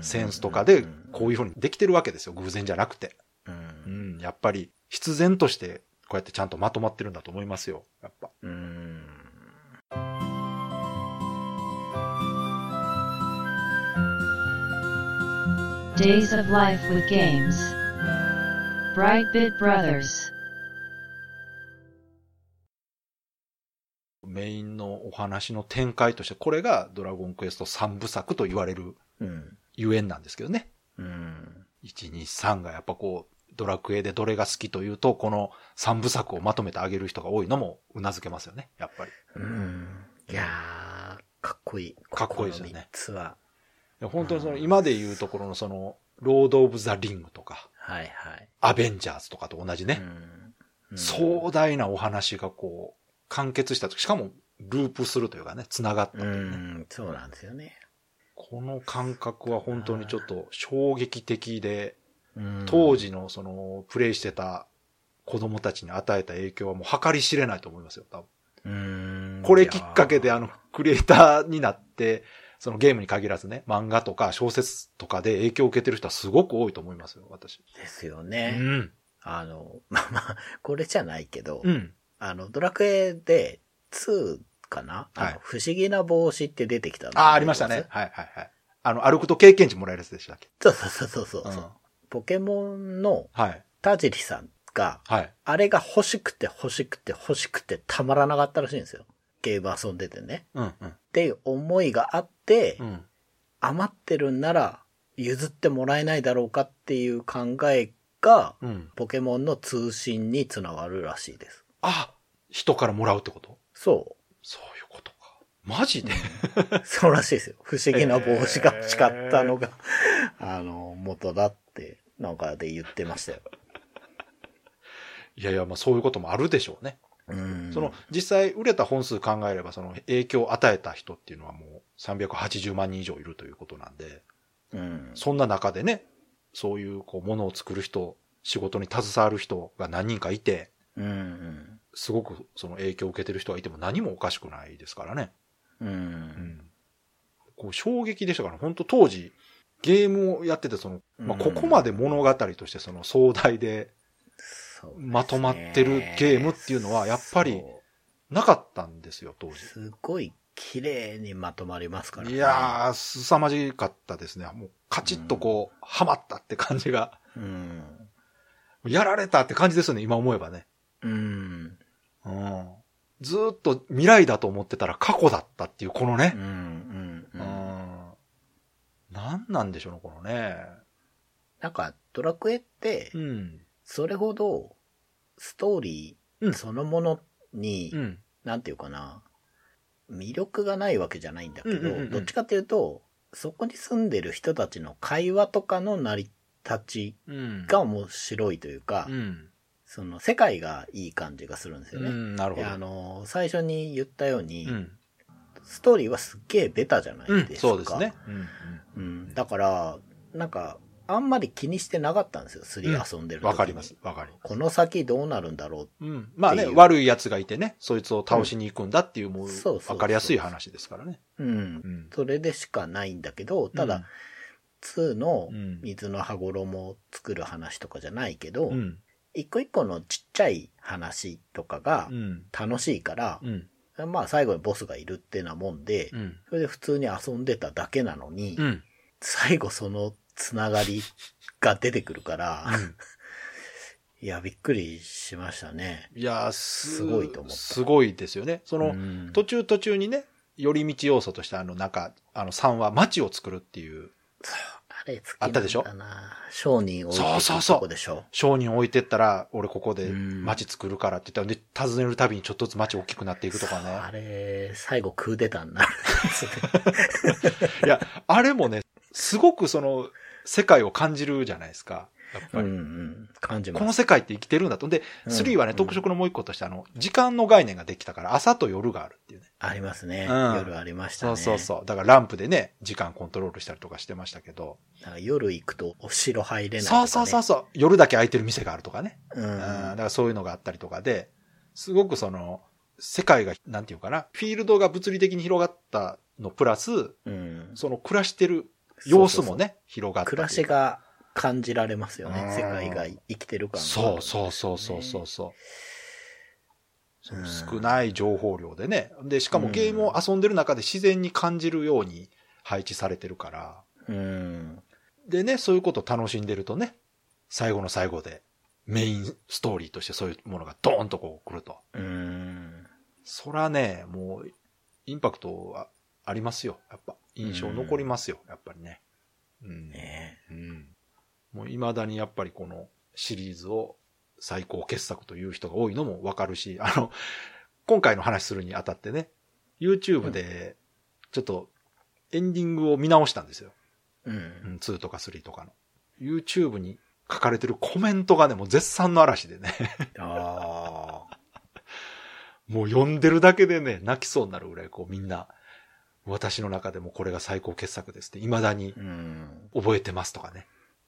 Speaker 2: センスとかで、こういうふうにできてるわけですよ。偶然じゃなくて。
Speaker 3: うん。う
Speaker 2: うんん、やっぱり、必然として、こうやってちゃんとまとまってるんだと思いますよ。やっぱ。
Speaker 3: うん。
Speaker 1: Days of Life with Games. Brightbit Brothers.
Speaker 2: メインのお話の展開として、これがドラゴンクエスト3部作と言われる
Speaker 3: うん。
Speaker 2: ゆえんなんですけどね。
Speaker 3: うん。
Speaker 2: 123がやっぱこう、ドラクエでどれが好きというと、この3部作をまとめてあげる人が多いのもうなずけますよね、やっぱり。
Speaker 3: うん。いやー、かっこいい。
Speaker 2: かっこいいですよね
Speaker 3: この三つは。
Speaker 2: いや本当にその
Speaker 3: うん
Speaker 2: 今で言うところのその、ロード・オブ・ザ・リングとか、
Speaker 3: はいはい。
Speaker 2: アベンジャーズとかと同じね、
Speaker 3: うん。
Speaker 2: 壮大なお話がこう、完結したとしかもループするというかね、繋がったと
Speaker 3: う
Speaker 2: いうね。
Speaker 3: ん。そうなんですよね。
Speaker 2: この感覚は本当にちょっと衝撃的で、
Speaker 3: うん
Speaker 2: 当時のその、プレイしてた子供たちに与えた影響はもう計り知れないと思いますよ、多分。
Speaker 3: うん
Speaker 2: これきっかけであ
Speaker 3: の、
Speaker 2: の、クリエイターになって、そのゲームに限らずね、漫画とか小説とかで影響を受けてる人はすごく多いと思いますよ、私。
Speaker 3: ですよ
Speaker 2: う
Speaker 3: ね。
Speaker 2: ん。
Speaker 3: あの、 まあまあ、これじゃないけど、
Speaker 2: うん。
Speaker 3: あの、ドラクエで2かな、
Speaker 2: はい
Speaker 3: あの不思議な帽子って出てきたの
Speaker 2: ああ、ありましたね。。はいはいはい。あの、歩くと経験値もらえるやつでしたっけ
Speaker 3: そうそうそうそうそう、
Speaker 2: うん
Speaker 3: ポケモンの
Speaker 2: はい。
Speaker 3: 田尻さんが、
Speaker 2: はい。
Speaker 3: あれが欲しくて欲しくて欲しくてたまらなかったらしいんですよ。ゲーム遊んでてね。
Speaker 2: うんうん。
Speaker 3: っていう思いがあって、
Speaker 2: うん。
Speaker 3: 余ってるんなら譲ってもらえないだろうかっていう考えが、
Speaker 2: うん。
Speaker 3: ポケモンの通信につながるらしいです。
Speaker 2: あ、人からもらうってこと
Speaker 3: そ
Speaker 2: そういうことか。マジで
Speaker 3: う。そうらしいですよ。不思議な帽子が欲しかったのが、 あの、元だって、なんかで言ってましたよ。
Speaker 2: いやいや、まあそういうこともあるでしょうね。
Speaker 3: うん。
Speaker 2: その、実際売れた本数考えれば、その影響を与えた人っていうのはもう380万人以上いるということなんで、
Speaker 3: うん。
Speaker 2: そんな中でね、そういうこう、ものを作る人、仕事に携わる人が何人かいて、
Speaker 3: うん。
Speaker 2: すごくその影響を受けてる人がいても何もおかしくないですからね。
Speaker 3: う。
Speaker 2: うんん。こう、衝撃でしたから、本当当時、ゲームをやってて、その、まあ、
Speaker 3: うん
Speaker 2: ここまで物語としてその壮大で
Speaker 3: そうですね
Speaker 2: まとまってるゲームっていうのはやっぱり
Speaker 3: そう
Speaker 2: なかったんですよ、当時。
Speaker 3: すごい綺麗にまとまりますからね。
Speaker 2: いやー、凄まじかったですね。もう、カチッとこう、ハマったって感じが、
Speaker 3: うん。
Speaker 2: やられたって感じですよね、今思えばね。
Speaker 3: うん。
Speaker 2: うん。ずーっと未来だと思ってたら過去だったっていう、この
Speaker 3: う
Speaker 2: ね。
Speaker 3: ん。う。
Speaker 2: うん
Speaker 3: うん
Speaker 2: ん。なんなんでしょうね、このね。
Speaker 3: なんか、ドラクエって、
Speaker 2: うん。
Speaker 3: それほど、ストーリ
Speaker 2: う
Speaker 3: ー
Speaker 2: ん
Speaker 3: そのものに、
Speaker 2: うん。
Speaker 3: なんていうかな、魅力がないわけじゃないんだけど、
Speaker 2: うんうんうんうん
Speaker 3: どっちかっていうと、そこに住んでる人たちの会話とかの成り立ち
Speaker 2: うん。
Speaker 3: が面白いというか、
Speaker 2: うん。
Speaker 3: その世界がいい感じがするんですよ
Speaker 2: う
Speaker 3: ね。
Speaker 2: ん、なるほ
Speaker 3: で
Speaker 2: ど。
Speaker 3: あの、最初に言ったように、
Speaker 2: うん。
Speaker 3: ストーリーはすっげえベタじゃな
Speaker 2: う
Speaker 3: い
Speaker 2: ん、
Speaker 3: ですか。
Speaker 2: そうですね。うん。
Speaker 3: うん。だから、なんか、あんまり気にしてなかったんですよ、3遊んでる
Speaker 2: うん
Speaker 3: 時に
Speaker 2: わかります。。わかります。
Speaker 3: この先どうなるんだろう
Speaker 2: うん。まあね、
Speaker 3: っていう
Speaker 2: 悪い奴がいてね、そいつを倒しに行くんだっていう、もう
Speaker 3: そうそうそう、
Speaker 2: わかりやすい話ですからね。
Speaker 3: うん。
Speaker 2: うん。
Speaker 3: それでしかないんだけど、ただ、2の
Speaker 2: うん
Speaker 3: 水の羽衣を作る話とかじゃないけど、
Speaker 2: うん、
Speaker 3: 一個一個のちっちゃい話とかが
Speaker 2: うん、
Speaker 3: 楽しいから
Speaker 2: う、ん、
Speaker 3: まあ最後にボスがいるってなもんで、
Speaker 2: うん、
Speaker 3: それで普通に遊んでただけなのに、
Speaker 2: うん、
Speaker 3: 最後そのつながりが出てくるから、 いや、びっくりしましたね。
Speaker 2: いやーす、
Speaker 3: すごいと思った
Speaker 2: すごいですよね。その、
Speaker 3: うん
Speaker 2: 途中途中にね、寄り道要素として、あの、なんか、あの、3は街を作るっていう、
Speaker 3: あれ好き
Speaker 2: あったでしょ
Speaker 3: なんだな商人を置いて
Speaker 2: そうそう
Speaker 3: く
Speaker 2: そう
Speaker 3: とこでしょ。
Speaker 2: 商人置いてったら、俺ここで
Speaker 3: うん
Speaker 2: 街作るからって言ったら、で、訪ねるたびにちょっとずつ街大きくなっていくとかね。
Speaker 3: あれ、最後クーデター になるんですね。
Speaker 2: いや、あれもね、すごくその、世界を感じるじゃないですか。やっぱ
Speaker 3: うん
Speaker 2: り。
Speaker 3: うん。感じます。
Speaker 2: この世界って生きてるんだと。で、
Speaker 3: うん
Speaker 2: 3はね、特色のもう一個として、あの、時間の概念ができたから、朝と夜があるっていうね。
Speaker 3: ありますね。
Speaker 2: うん
Speaker 3: 夜ありました
Speaker 2: そ
Speaker 3: ね。
Speaker 2: うそうそう。だからランプでね、時間コントロールしたりとかしてましたけど。
Speaker 3: なんか夜行くとお城入れないとか、
Speaker 2: そ
Speaker 3: ね。
Speaker 2: うそうそうそう。夜だけ空いてる店があるとかね。
Speaker 3: う
Speaker 2: うん。だ
Speaker 3: ん。
Speaker 2: からそういうのがあったりとかで、すごくその、世界が、なんていうかな、フィールドが物理的に広がったのプラス、
Speaker 3: うん。
Speaker 2: その暮らしてる様子
Speaker 3: そ
Speaker 2: も
Speaker 3: うそう
Speaker 2: ね、広がっ
Speaker 3: そ
Speaker 2: た。
Speaker 3: う暮らし。が感じられますよ
Speaker 2: う
Speaker 3: ね。
Speaker 2: ん
Speaker 3: 世界が生きてる感があるん
Speaker 2: そう
Speaker 3: です
Speaker 2: そ
Speaker 3: よね
Speaker 2: うそうそうそうそう。そ
Speaker 3: うん
Speaker 2: の少ない情報量でね。で、しか
Speaker 3: う
Speaker 2: も
Speaker 3: ん
Speaker 2: ゲームを遊んでる中で自然に感じるように配置されてるから。
Speaker 3: うん。
Speaker 2: でね、そういうことを楽しんでるとね、最後の最後でメインストーリーとしてそういうものがドーンとこう来ると。
Speaker 3: うん。
Speaker 2: そらね、もう、インパクトはありますよ。やっぱ、印象残りますよ。やっぱりね。うん。
Speaker 3: ね
Speaker 2: うん。もう未だにやっぱりこのシリーズを最高傑作という人が多いのもわかるし、あの、今回の話するにあたってね、YouTube でちょっとエンディングを見直したんですよ。
Speaker 3: う。
Speaker 2: うんん、2とか3とかの。YouTube に書かれてるコメントがね、もう絶賛の嵐でね、
Speaker 3: ああ。
Speaker 2: もう読んでるだけでね、泣きそうになるぐらい、こうみんな、私の中でもこれが最高傑作ですって、未だに
Speaker 3: うん。
Speaker 2: 覚えてますとかね、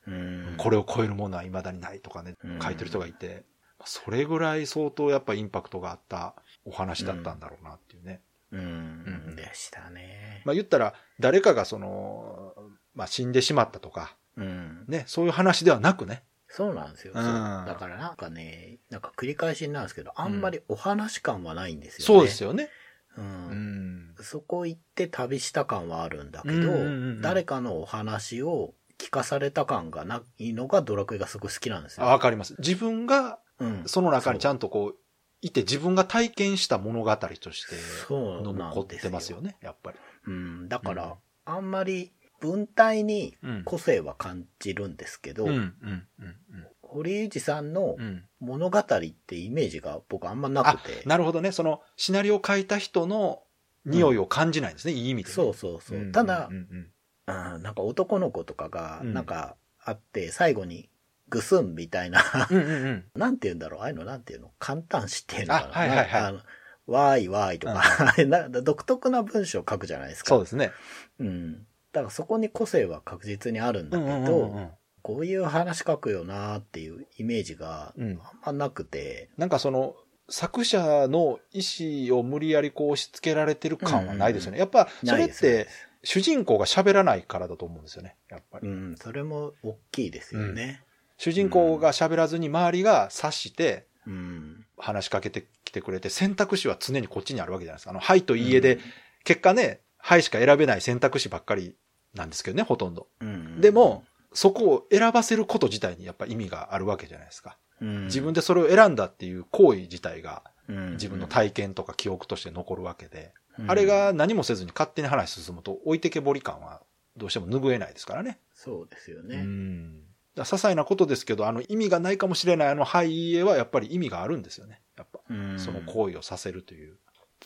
Speaker 3: うん。
Speaker 2: これを超えるものは未だにないとかね
Speaker 3: うん、
Speaker 2: 書いてる人がいて、それぐらい相当やっぱインパクトがあったお話だったんだろうなっていうね。
Speaker 3: う
Speaker 2: うんん
Speaker 3: でしたね。
Speaker 2: まあ言ったら、誰かがその、まあ死んでしまったとか、
Speaker 3: うん。
Speaker 2: ね、そういう話ではなくね。
Speaker 3: そうなんですよ。
Speaker 2: う
Speaker 3: そ
Speaker 2: ん
Speaker 3: うだからなんかね、なんか繰り返しになるんですけど、あんまりお話感はないんですよね。
Speaker 2: そうですよね。
Speaker 3: う。
Speaker 2: うんん。
Speaker 3: そこ行って旅した感はあるんだけど、
Speaker 2: うんうんうんうん
Speaker 3: 誰かのお話を聞かされた感がないのがドラクエがすごい好きなんです
Speaker 2: あ
Speaker 3: よ。
Speaker 2: わかります。自分が
Speaker 3: うん。
Speaker 2: その中にちゃんとこう、いて自分が体験した物語として、
Speaker 3: そうな
Speaker 2: 残
Speaker 3: ん
Speaker 2: っ
Speaker 3: です
Speaker 2: て
Speaker 3: よ。
Speaker 2: ますよね、やっぱり。
Speaker 3: うん。だから、
Speaker 2: うん
Speaker 3: あんまり文体に
Speaker 2: うん
Speaker 3: 個性は感じるんですけど、
Speaker 2: うん、うん、うん、
Speaker 3: 堀内さんの
Speaker 2: うん。うん
Speaker 3: 物語ってイメージが僕あんまな
Speaker 2: あ
Speaker 3: くて。、
Speaker 2: なるほどね。その、シナリオを書いた人の匂いを感じないんですね、いい意味でね。
Speaker 3: そうそうそう。
Speaker 2: ん
Speaker 3: ただ、
Speaker 2: うんうん
Speaker 3: うんなんか男の子とかが、
Speaker 2: うん
Speaker 3: なんかあって、最後にぐすんみたいな、
Speaker 2: うんうんうん。
Speaker 3: なんて言うんだろう、ああいうのなんて言うの簡単詞っていうのかな。
Speaker 2: あはいはいはい
Speaker 3: なあのわーいわーいとか、あれな独特な文章を書くじゃないですか。
Speaker 2: そうですね。
Speaker 3: うん。だからそこに個性は確実にあるんだけど、
Speaker 2: うんうん
Speaker 3: こういう話書くよなーっていうイメージが
Speaker 2: うん
Speaker 3: あんまなくて、
Speaker 2: なんかその、作者の意思を無理やりこう押し付けられてる感はないですよね。やっぱ、そ
Speaker 3: な
Speaker 2: れ
Speaker 3: い
Speaker 2: っ
Speaker 3: ですよ
Speaker 2: て、主人公が喋らないからだと思うんですよね、やっぱり。
Speaker 3: うん、それも大きいですよね。
Speaker 2: 主人公が喋らずに周りが察して、
Speaker 3: うん。
Speaker 2: 話しかけてきてくれて、選択肢は常にこっちにあるわけじゃないですか。あの、はいといいえで、結果ね、はいしか選べない選択肢ばっかりなんですけどね、ほとんど。
Speaker 3: うん、
Speaker 2: でも、そこを選ばせること自体にやっぱ意味があるわけじゃないですか。
Speaker 3: うん、
Speaker 2: 自分でそれを選んだっていう行為自体が
Speaker 3: うん、
Speaker 2: 自分の体験とか記憶として残るわけで、
Speaker 3: うん
Speaker 2: あれが何もせずに勝手に話進むと置いてけぼり感はどうしても拭えないですからね。
Speaker 3: そうですよ
Speaker 2: う
Speaker 3: ね。
Speaker 2: ん。だから些細なことですけど、あの意味がないかもしれないあのはいいいえはやっぱり意味があるんですよね。やっぱ
Speaker 3: うん
Speaker 2: その行為をさせるという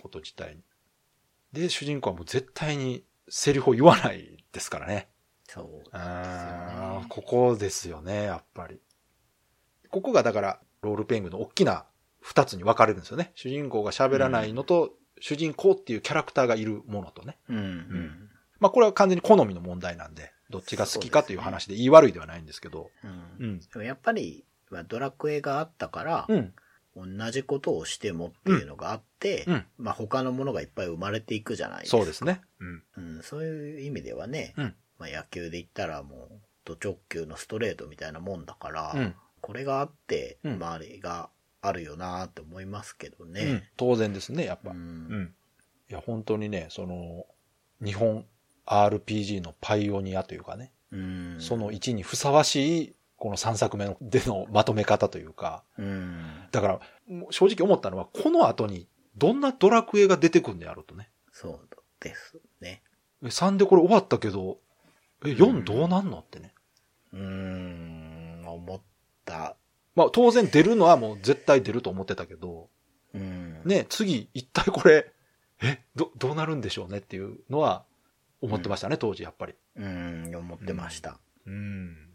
Speaker 2: こと自体に。で、主人公はもう絶対にセリフを言わないですからね。
Speaker 3: そう
Speaker 2: あ
Speaker 3: ね
Speaker 2: あ、ここですよね、やっぱり。ここがだから、ロールペイングの大きな二つに分かれるんですよね。主人公が喋らないのと、主人公っていうキャラクターがいるものとね。
Speaker 3: うん
Speaker 2: まあこれは完全に好みの問題なんで、どっちが好きかという話で言い悪いではないんですけど。
Speaker 3: うんう
Speaker 2: うんん。
Speaker 3: でもやっぱりまあドラクエがあったから、
Speaker 2: うん。
Speaker 3: 同じことをしてもっていうのがあって、
Speaker 2: うん。
Speaker 3: まあ、他のものがいっぱい生まれていくじゃないですか
Speaker 2: そうですね。うん。
Speaker 3: うん、そういう意味ではね、
Speaker 2: うん
Speaker 3: まあ、野球で言ったらもうド直球のストレートみたいなもんだから、
Speaker 2: うん。
Speaker 3: これがあって
Speaker 2: うん
Speaker 3: 周りがあるよなって思いますけど
Speaker 2: う
Speaker 3: ね
Speaker 2: ん。当然ですね、やっ
Speaker 3: う
Speaker 2: ぱ。うんん。いや、本当にね、その、日本 RPG のパイオニアというかね。
Speaker 3: うん
Speaker 2: その1にふさわしい、この3作目でのまとめ方というか、
Speaker 3: うん
Speaker 2: だから、もう正直思ったのは、この後にどんなドラクエが出てくんでやろうとね。
Speaker 3: そうですね
Speaker 2: え3でこれ終わったけど、え、
Speaker 3: うん
Speaker 2: 4どうなんのってね。
Speaker 3: うん思った
Speaker 2: まあ当然出るのはもう絶対出ると思ってたけど、
Speaker 3: うん
Speaker 2: ね、次一体これ、え、ど、どうなるんでしょうねっていうのは思ってましたね、当時やっぱり。
Speaker 3: うん思ってました、
Speaker 2: うん。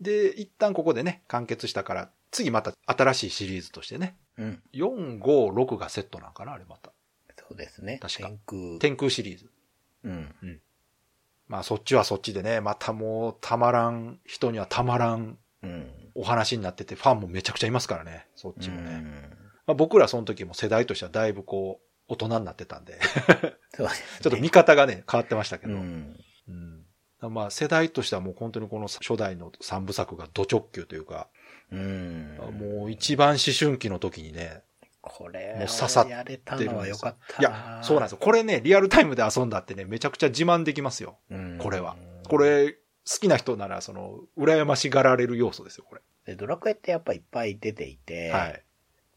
Speaker 2: で、一旦ここでね、完結したから、次また新しいシリーズとしてね、
Speaker 3: うん、
Speaker 2: 4、5、6がセットなんかなあれまた。
Speaker 3: そうですね
Speaker 2: 確か
Speaker 3: 天空
Speaker 2: 天空シリーズ。
Speaker 3: うん
Speaker 2: まあそっちはそっちでね、またもうたまらん、人にはたまらん
Speaker 3: うん
Speaker 2: お話になってて、ファンもめちゃくちゃいますからね、そっちもね。
Speaker 3: うん
Speaker 2: まあ僕らその時も世代としてはだいぶこう、大人になってたんで、
Speaker 3: そうですね
Speaker 2: ちょっと見方がね、変わってましたけ
Speaker 3: う
Speaker 2: ど。
Speaker 3: ん
Speaker 2: うんまあ世代としてはもう本当にこの初代の三部作がド直球というか、
Speaker 3: うん
Speaker 2: もう一番思春期の時にね、
Speaker 3: これ
Speaker 2: もう刺さってるんですよ
Speaker 3: やれたのは良かっ
Speaker 2: い
Speaker 3: た
Speaker 2: や、そうなんですよ。これね、リアルタイムで遊んだってね、めちゃくちゃ自慢できますよ。
Speaker 3: うん
Speaker 2: これは。これ、好きな人なら、その、羨ましがられる要素ですよ、これ。
Speaker 3: でドラクエってやっぱいっぱい出ていて、
Speaker 2: はい。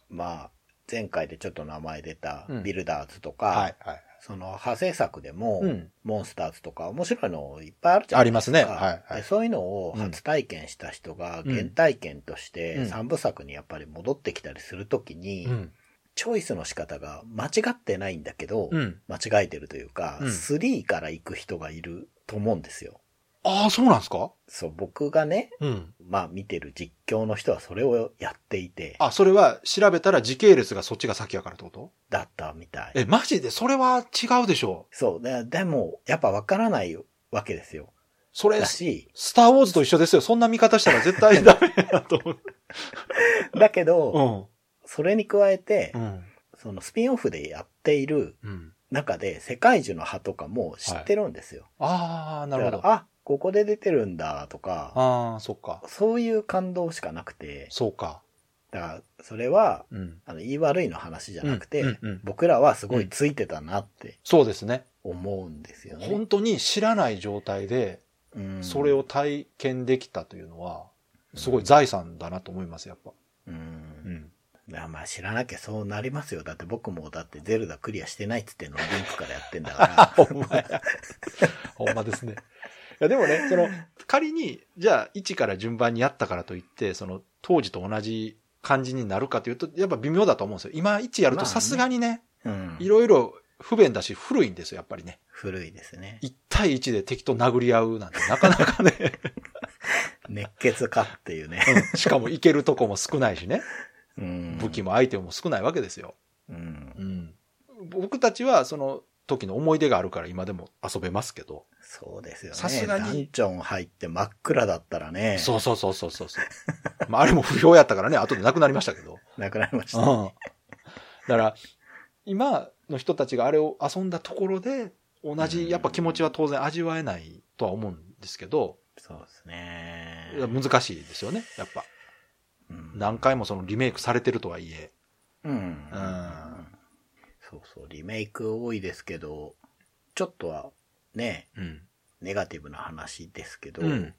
Speaker 3: まあ前回でちょっと名前出た
Speaker 2: うん
Speaker 3: ビルダーズとか、
Speaker 2: はい。はい。
Speaker 3: その派生作でも、
Speaker 2: うん
Speaker 3: モンスターズとか面白いのいっぱいあるじゃ
Speaker 2: あ
Speaker 3: ない
Speaker 2: り
Speaker 3: ですか。
Speaker 2: ますね。はい。は
Speaker 3: で
Speaker 2: い。
Speaker 3: そういうのを
Speaker 2: うん
Speaker 3: 初体験した人が
Speaker 2: うん
Speaker 3: 原体験とし
Speaker 2: う
Speaker 3: て
Speaker 2: ん
Speaker 3: 三部作にやっぱり戻ってきたりするときに、
Speaker 2: うん。
Speaker 3: チョイスの仕方が間違ってないんだけど、
Speaker 2: うん。
Speaker 3: 間違えてるというか、
Speaker 2: うん
Speaker 3: 3から行く人がいると思うんですよ。
Speaker 2: ああ、そうなんですか
Speaker 3: そう、僕がね、
Speaker 2: うん。
Speaker 3: まあ見てる実況の人はそれをやっていて、
Speaker 2: あ、それは調べたら時系列がそっちが先やからってこと
Speaker 3: だったみたい。
Speaker 2: え、マジでそれは違うでしょう。
Speaker 3: そう。ででも、やっぱわからないわけですよ。
Speaker 2: それ
Speaker 3: だ、し、
Speaker 2: スターウォーズと一緒ですよ。そんな見方したら絶対ダメだと
Speaker 3: だけど、
Speaker 2: 思う。
Speaker 3: それに加えて、
Speaker 2: うん。
Speaker 3: そのスピンオフでやっている
Speaker 2: うん。
Speaker 3: 中で世界樹の葉とかも知ってるんですよ。
Speaker 2: ああ、なるほ
Speaker 3: だ
Speaker 2: ど。
Speaker 3: か
Speaker 2: あ
Speaker 3: らあ、ここで出てるんだとか、
Speaker 2: あー、そっか。
Speaker 3: そういう感動しかなくて、
Speaker 2: そうか。
Speaker 3: だからそれは、
Speaker 2: うん。
Speaker 3: あの、言い悪いの話じゃなくて、
Speaker 2: うんうんうん
Speaker 3: 僕らはすごいついてたなって
Speaker 2: そうですね。
Speaker 3: 思うんですよね
Speaker 2: 本。当に知らない状態で、
Speaker 3: うん
Speaker 2: それを体験できたというのは、すごい財産だなと思います、やっぱ。
Speaker 3: うん
Speaker 2: うん。
Speaker 3: いやまあ知らなきゃそうなりますよ。だって僕もだってゼルダクリアしてないっつってんのをリンクからやってんだ か
Speaker 2: ほんまや。ほんまですね。い や、でもね、その、仮に、じゃあ、1から順番にやったからといって、その、当時と同じ感じになるかというと、やっぱ微妙だと思うんですよ。今、1やる
Speaker 3: まあ
Speaker 2: と
Speaker 3: ね
Speaker 2: さすがにね、
Speaker 3: ら。うん
Speaker 2: いろいろ不便だし、古いんですよ、やっぱりね。
Speaker 3: 古いですね。
Speaker 2: 1対1で敵と殴り合うなんて、なかなかね、
Speaker 3: 熱血かっていうね。
Speaker 2: うん しかも行けるとこも少ないしね、
Speaker 3: うん
Speaker 2: 武器もアイテムも少ないわけですよ。
Speaker 3: うん。
Speaker 2: うん。僕たちは、その、時の思い出があるから今でも遊べますけど。
Speaker 3: そうですよね。
Speaker 2: さすがに
Speaker 3: ダンジョン入って真っ暗だったらね。
Speaker 2: そうそうそうそうそうそう。 まあ、あれも不評やったからね、後でなくなりましたけど。
Speaker 3: なくなりまし
Speaker 2: うん。
Speaker 3: た。
Speaker 2: だから、今の人たちがあれを遊んだところで、同じ、やっぱ気持ちは当然味わえないとは思うんですけど、
Speaker 3: そうですね。
Speaker 2: 難しいですよね、やっぱ。
Speaker 3: うん
Speaker 2: 何回もそのリメイクされてるとはいえ。
Speaker 3: うん。
Speaker 2: ん
Speaker 3: そうそう、リメイク多いですけど、ちょっとはね、
Speaker 2: うん。
Speaker 3: ネガティブな話ですけど、
Speaker 2: うん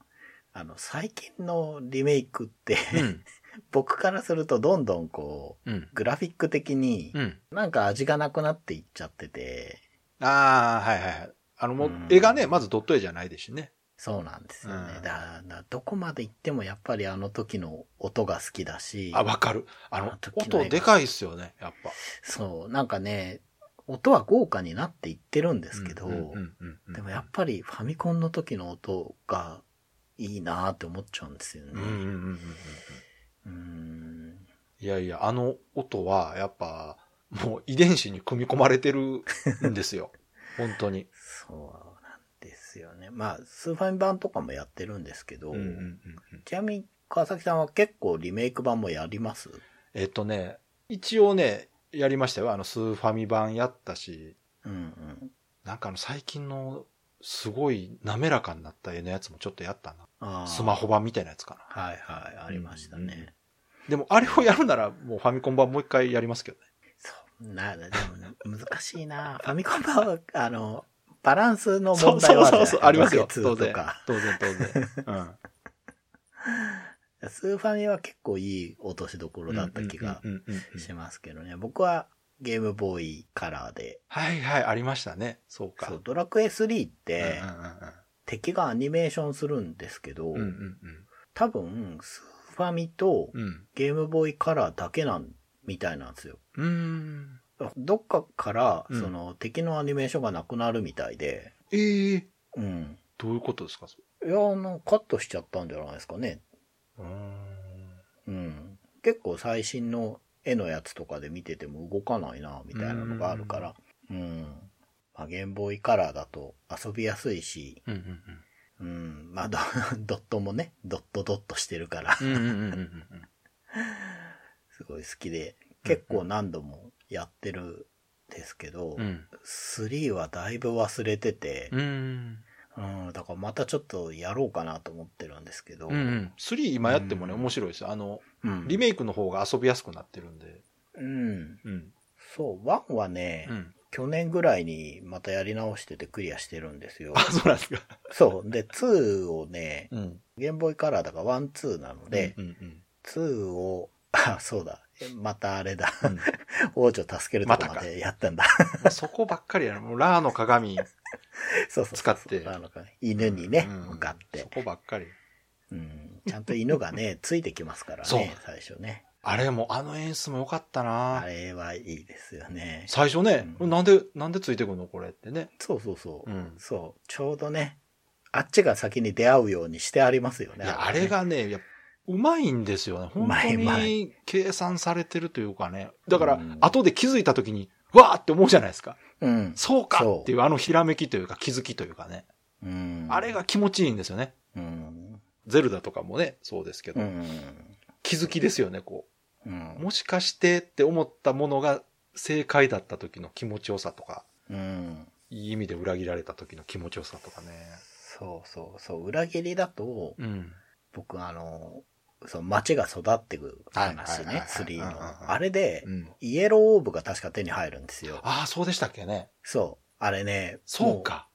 Speaker 3: あの、最近のリメイクって、
Speaker 2: うん。
Speaker 3: 僕からするとどんどんこう、
Speaker 2: うん。
Speaker 3: グラフィック的に
Speaker 2: う、ん。
Speaker 3: なんか味がなくなっていっちゃってて、
Speaker 2: ああ、はいはいはい。あの、もう
Speaker 3: うん、
Speaker 2: 絵がね、まずドット絵じゃないですしね。
Speaker 3: そうなんですよね。
Speaker 2: うん
Speaker 3: だから、どこまで行ってもやっぱりあの時の音が好きだし、
Speaker 2: あ、わかる。あ
Speaker 3: あ
Speaker 2: の
Speaker 3: の、時の絵が
Speaker 2: 音でかいっすよね、やっぱ。
Speaker 3: そう、なんかね、音は豪華になっていってるんですけど、
Speaker 2: うんうんうんうん
Speaker 3: でもやっぱりファミコンの時の音がいいなーって思っちゃうんですよね。
Speaker 2: うんうんうんうんうん。
Speaker 3: うーん
Speaker 2: いやいや、あの音は、やっぱ、もう遺伝子に組み込まれてるんです よ。本当に。
Speaker 3: そうなんですよね。まあ、スーファミ版とかもやってるんですけど、ちなみに川崎さんは結構リメイク版もやります
Speaker 2: えっとね、一応ね、やりましたよ。あの、スーファミ版やったし、
Speaker 3: うんうん。
Speaker 2: なんかあの、最近の、すごい滑らかになった絵のやつもちょっとやった
Speaker 3: あ
Speaker 2: な。
Speaker 3: ー
Speaker 2: スマホ。版みたいなやつかな。
Speaker 3: はいはい、ありましたね。
Speaker 2: うんでも、あれをやるなら、もうファミコン版もう一回やりますけどね。
Speaker 3: そう。な、でも難しいな ファミコン版は、あの、バランスの問題はあるじゃないですか
Speaker 2: ありますよ。
Speaker 3: ロ
Speaker 2: 当
Speaker 3: ケ
Speaker 2: 然
Speaker 3: 2とか。。
Speaker 2: 当然、当然。うん。
Speaker 3: スーファミは結構いい落としどころだった気が
Speaker 2: うんうんうんうんうん
Speaker 3: しますけどね。僕はゲームボーイカラーで。
Speaker 2: はいはい、ありましたね。そうか。
Speaker 3: そう、ドラクエ3って、
Speaker 2: うんうんうんうん
Speaker 3: 敵がアニメーションするんですけど、多分、スーファミと
Speaker 2: うんうん
Speaker 3: ゲームボーイカラーだけなん、みたいなんですよ。
Speaker 2: うん。うん。
Speaker 3: どっかから、
Speaker 2: うん
Speaker 3: その、敵のアニメーションがなくなるみたいで、
Speaker 2: ええ
Speaker 3: うん。
Speaker 2: どういうことですかそ
Speaker 3: いや、あの、カットしちゃったんじゃないですかね。
Speaker 2: れ
Speaker 3: うん。結構最新の絵のやつとかで見てても動かないな、みたいなのがあるから、うん。まあ、ゲームボーイカラーだと遊びやすいし、
Speaker 2: うんうん
Speaker 3: うん。まあ、ド ドットもね、ドットドットしてるから、
Speaker 2: うん。うんうんうんうんうん。
Speaker 3: すごい好きで、結構何度もやってるんですけど、
Speaker 2: うん。
Speaker 3: 3はだいぶ忘れてて、
Speaker 2: うん。
Speaker 3: うん、だからまたちょっとやろうかなと思ってるんですけど、
Speaker 2: うんうん。3今やってもね、
Speaker 3: うん
Speaker 2: 面白いですよ。あの、
Speaker 3: うん
Speaker 2: リメイクの方が遊びやすくなってるんで。
Speaker 3: うん。
Speaker 2: うん。
Speaker 3: そう、1はね、
Speaker 2: うん。
Speaker 3: 去年ぐらいにまたやり直しててクリアしてるんですよ
Speaker 2: あ、。そうなんですか。
Speaker 3: そう。で、2をね、
Speaker 2: うん。
Speaker 3: ゲームボーイカラーだから1、2なので、
Speaker 2: うんうん
Speaker 3: 2を、あ、そうだ。えまたあれだ。
Speaker 2: うん。
Speaker 3: 王女助けるとこ
Speaker 2: ま
Speaker 3: ま
Speaker 2: たか
Speaker 3: でやったんだ。
Speaker 2: もうそこばっかりやなもう、ラーの 鏡
Speaker 3: そうそうそう
Speaker 2: 使って
Speaker 3: あの犬にね、
Speaker 2: うん
Speaker 3: 向かって
Speaker 2: そ、こばっかり。
Speaker 3: うん。ちゃんと犬がね、ついてきますから
Speaker 2: そう
Speaker 3: ね、最初ね。
Speaker 2: あれも、あの演出も良かった
Speaker 3: あ
Speaker 2: な
Speaker 3: れはいいですよね。
Speaker 2: 最初ね、
Speaker 3: うん
Speaker 2: なんで、なんでついてくんのこれってね。
Speaker 3: そうそうそう。
Speaker 2: うん
Speaker 3: そう。ちょうどね、あっちが先に出会うようにしてありますよね。
Speaker 2: いや、あれ
Speaker 3: ね。
Speaker 2: がね、いや、うまいんですよね。
Speaker 3: う
Speaker 2: 本
Speaker 3: まい
Speaker 2: 当
Speaker 3: うまい
Speaker 2: に計算されてるというかね。だか
Speaker 3: う
Speaker 2: ら
Speaker 3: ん、
Speaker 2: 後で気づいた時に、わーって思うじゃないですか。
Speaker 3: うん。
Speaker 2: そうか
Speaker 3: そう
Speaker 2: っていう、あのひらめきというか気づきというかね。
Speaker 3: うん
Speaker 2: あれ。が気持ちいいんですよね。
Speaker 3: うん。
Speaker 2: ゼルダとかもね、そうですけ
Speaker 3: う
Speaker 2: ど。
Speaker 3: ん。
Speaker 2: 気づきですよね、こ
Speaker 3: うん。
Speaker 2: もしかしてって思ったものが正解だった時の気持ちよさとか、
Speaker 3: うん。
Speaker 2: いい意味で裏切られた時の気持ちよさとかね。
Speaker 3: そうそうそう。裏切りだと、
Speaker 2: うん。
Speaker 3: 僕あの、その街が育ってく話
Speaker 2: はいはいはい
Speaker 3: ね
Speaker 2: は、い
Speaker 3: 3
Speaker 2: うんうんうん
Speaker 3: の。あれで、
Speaker 2: うん。
Speaker 3: イエローオーブが確か手に入るんですよ。
Speaker 2: ああ、そうでしたっけね。
Speaker 3: そう。あれね、
Speaker 2: そう。か。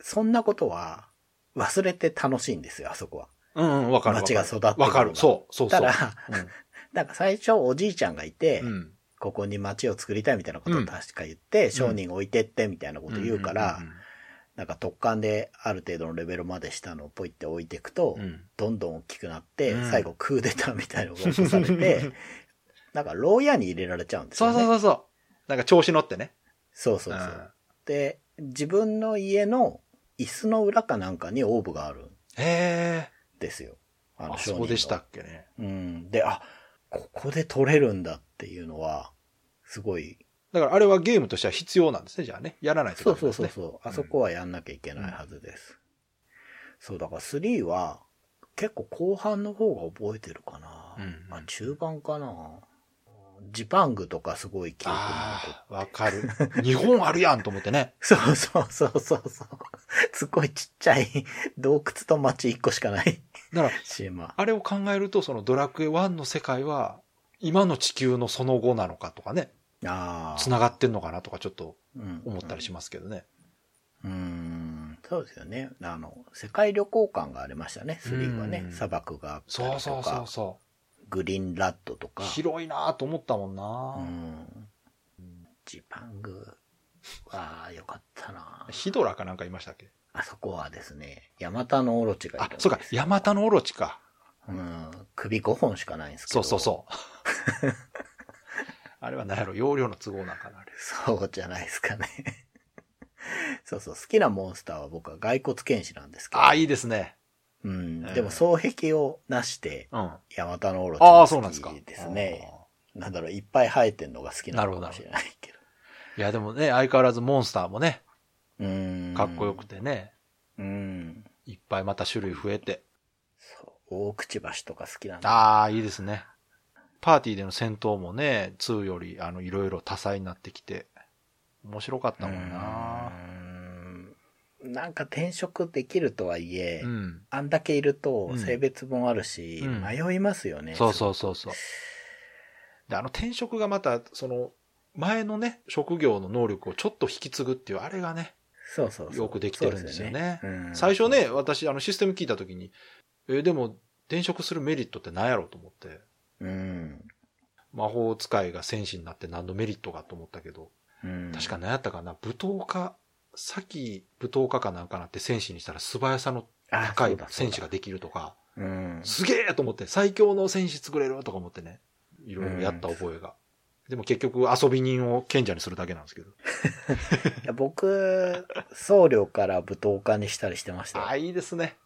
Speaker 3: そんなことは忘れて楽しいんですよ、あそこは。
Speaker 2: うんうん、わかる。わか
Speaker 3: 街
Speaker 2: る
Speaker 3: が育ってく
Speaker 2: わかる。そう、そうそ
Speaker 3: た
Speaker 2: う。
Speaker 3: だ、なんか最初おじいちゃんがいて、
Speaker 2: うん。うん
Speaker 3: ここに街を作りたいみたいなことを確か言って、商人置いてってみたいなこと言うから、なんか突貫である程度のレベルまで下のをポイって置いていくと、
Speaker 2: うんうんうんうん
Speaker 3: どんどん大きくなって、
Speaker 2: うん
Speaker 3: 最後クーデターみたいなのが起こされて、 なんか牢屋に入れられちゃうんです
Speaker 2: そ
Speaker 3: よ
Speaker 2: う
Speaker 3: ね。
Speaker 2: そうそうそう。なんか調子乗ってね。
Speaker 3: そうそうそううんで、自分の家の椅子の裏かなんかにオーブがあるん
Speaker 2: へえ。
Speaker 3: ですよ。あ
Speaker 2: あ、
Speaker 3: 商人
Speaker 2: そ
Speaker 3: の
Speaker 2: うでしたっけね。
Speaker 3: うん。で、あ、ここで取れるんだっていうのは、すごい、
Speaker 2: だからあれはゲームとしては必要なんですね、じゃあね。やらないと
Speaker 3: そう
Speaker 2: ダメ
Speaker 3: そ
Speaker 2: な
Speaker 3: うん
Speaker 2: です
Speaker 3: そう
Speaker 2: ね。
Speaker 3: そう、あそこはやんなきゃいけないはずです。そう、だから3は、結構後半の方が覚えてるかな。
Speaker 2: うん
Speaker 3: あ中盤かな。ジパングとかすごい記憶に残って
Speaker 2: ああ、わか る。日本あるやんと思ってね。
Speaker 3: そうそうそうそうそう。すごいちっちゃい洞窟と町一個しかない
Speaker 2: だから、
Speaker 3: 島。
Speaker 2: あれを考えると、そのドラクエ1の世界は、今の地球のその後なのかとかね、
Speaker 3: ああ。
Speaker 2: 繋がってんのかなとかちょっと
Speaker 3: うん
Speaker 2: 思ったりしますけどね。
Speaker 3: うーんそうですよね。あの、世界旅行感がありましたね、3はね
Speaker 2: う。ん
Speaker 3: 砂漠があったり
Speaker 2: そ
Speaker 3: とか、
Speaker 2: うそうそうそ
Speaker 3: グリーンラッドと
Speaker 2: う。
Speaker 3: か、
Speaker 2: 広いなと思ったもん
Speaker 3: う
Speaker 2: な、
Speaker 3: ん、ジパングはよかったな
Speaker 2: ヒドラかなんかいましたっけ
Speaker 3: あそこはですね、ヤマタノオロチがい
Speaker 2: あ
Speaker 3: るんで、す
Speaker 2: そうか、ヤマタノオロチか。
Speaker 3: うん、首5本しかないんですけ
Speaker 2: そ
Speaker 3: ど。
Speaker 2: うそうそう。 あれは何やろ、容量の都合なんかな、あれ。
Speaker 3: そう。じゃないですかね。 そうそう、好きなモンスターは僕は骸骨剣士なんですけど
Speaker 2: あ、あ、いいですね。
Speaker 3: うん、
Speaker 2: うん
Speaker 3: でも双璧をなして、
Speaker 2: うん。あ
Speaker 3: ヤマタノオロチ
Speaker 2: あ
Speaker 3: が
Speaker 2: ー、そうなん
Speaker 3: 好
Speaker 2: ですか。
Speaker 3: きですね。
Speaker 2: あー
Speaker 3: なんだろう、いっぱい生えてんのが好きなのかもしれないけど。
Speaker 2: いや、でもね、相変わらずモンスターもね、
Speaker 3: うーん。
Speaker 2: かっこよく。てね、
Speaker 3: うん。
Speaker 2: いっぱいまた種類増えて。
Speaker 3: そう。大くちばしとか好きなんだ。
Speaker 2: ああ、いいですね。パーティーでの戦闘もね、2より、あの、いろいろ多彩になってきて、面白かったもんな。
Speaker 3: うーんなんか転職できるとはいえ、
Speaker 2: うん。
Speaker 3: あんだけいると
Speaker 2: うん
Speaker 3: 性別もあるし、
Speaker 2: うん
Speaker 3: 迷いますよね。。
Speaker 2: そうそううそうそう。で、あの転職がまた、その、前のね、職業の能力をちょっと引き継ぐっていう、あれがね、
Speaker 3: そうそうそう
Speaker 2: よくできてるんですよね
Speaker 3: そうですよ
Speaker 2: 最初、ね、私、あの、システム聞いたときに、えーでも、転職するメリットって何やろうと思って、
Speaker 3: うん。
Speaker 2: 魔法使いが戦士になって何のメリットかと思ったけど、
Speaker 3: うん。
Speaker 2: 確か何やったかな、舞踏家、先舞踏家かなんかなって戦士にしたら素早さの
Speaker 3: あ
Speaker 2: 高
Speaker 3: そう
Speaker 2: い
Speaker 3: だそうだ
Speaker 2: 戦士ができるとか、
Speaker 3: うん。
Speaker 2: すげえと思って、最強の戦士作れるとか思ってね、いろいろやった覚えが。でも結局遊び人を賢者にするだけなんですけど。
Speaker 3: いや僕、僧侶から舞踏家にしたりしてましたよ
Speaker 2: ああ、いいですね。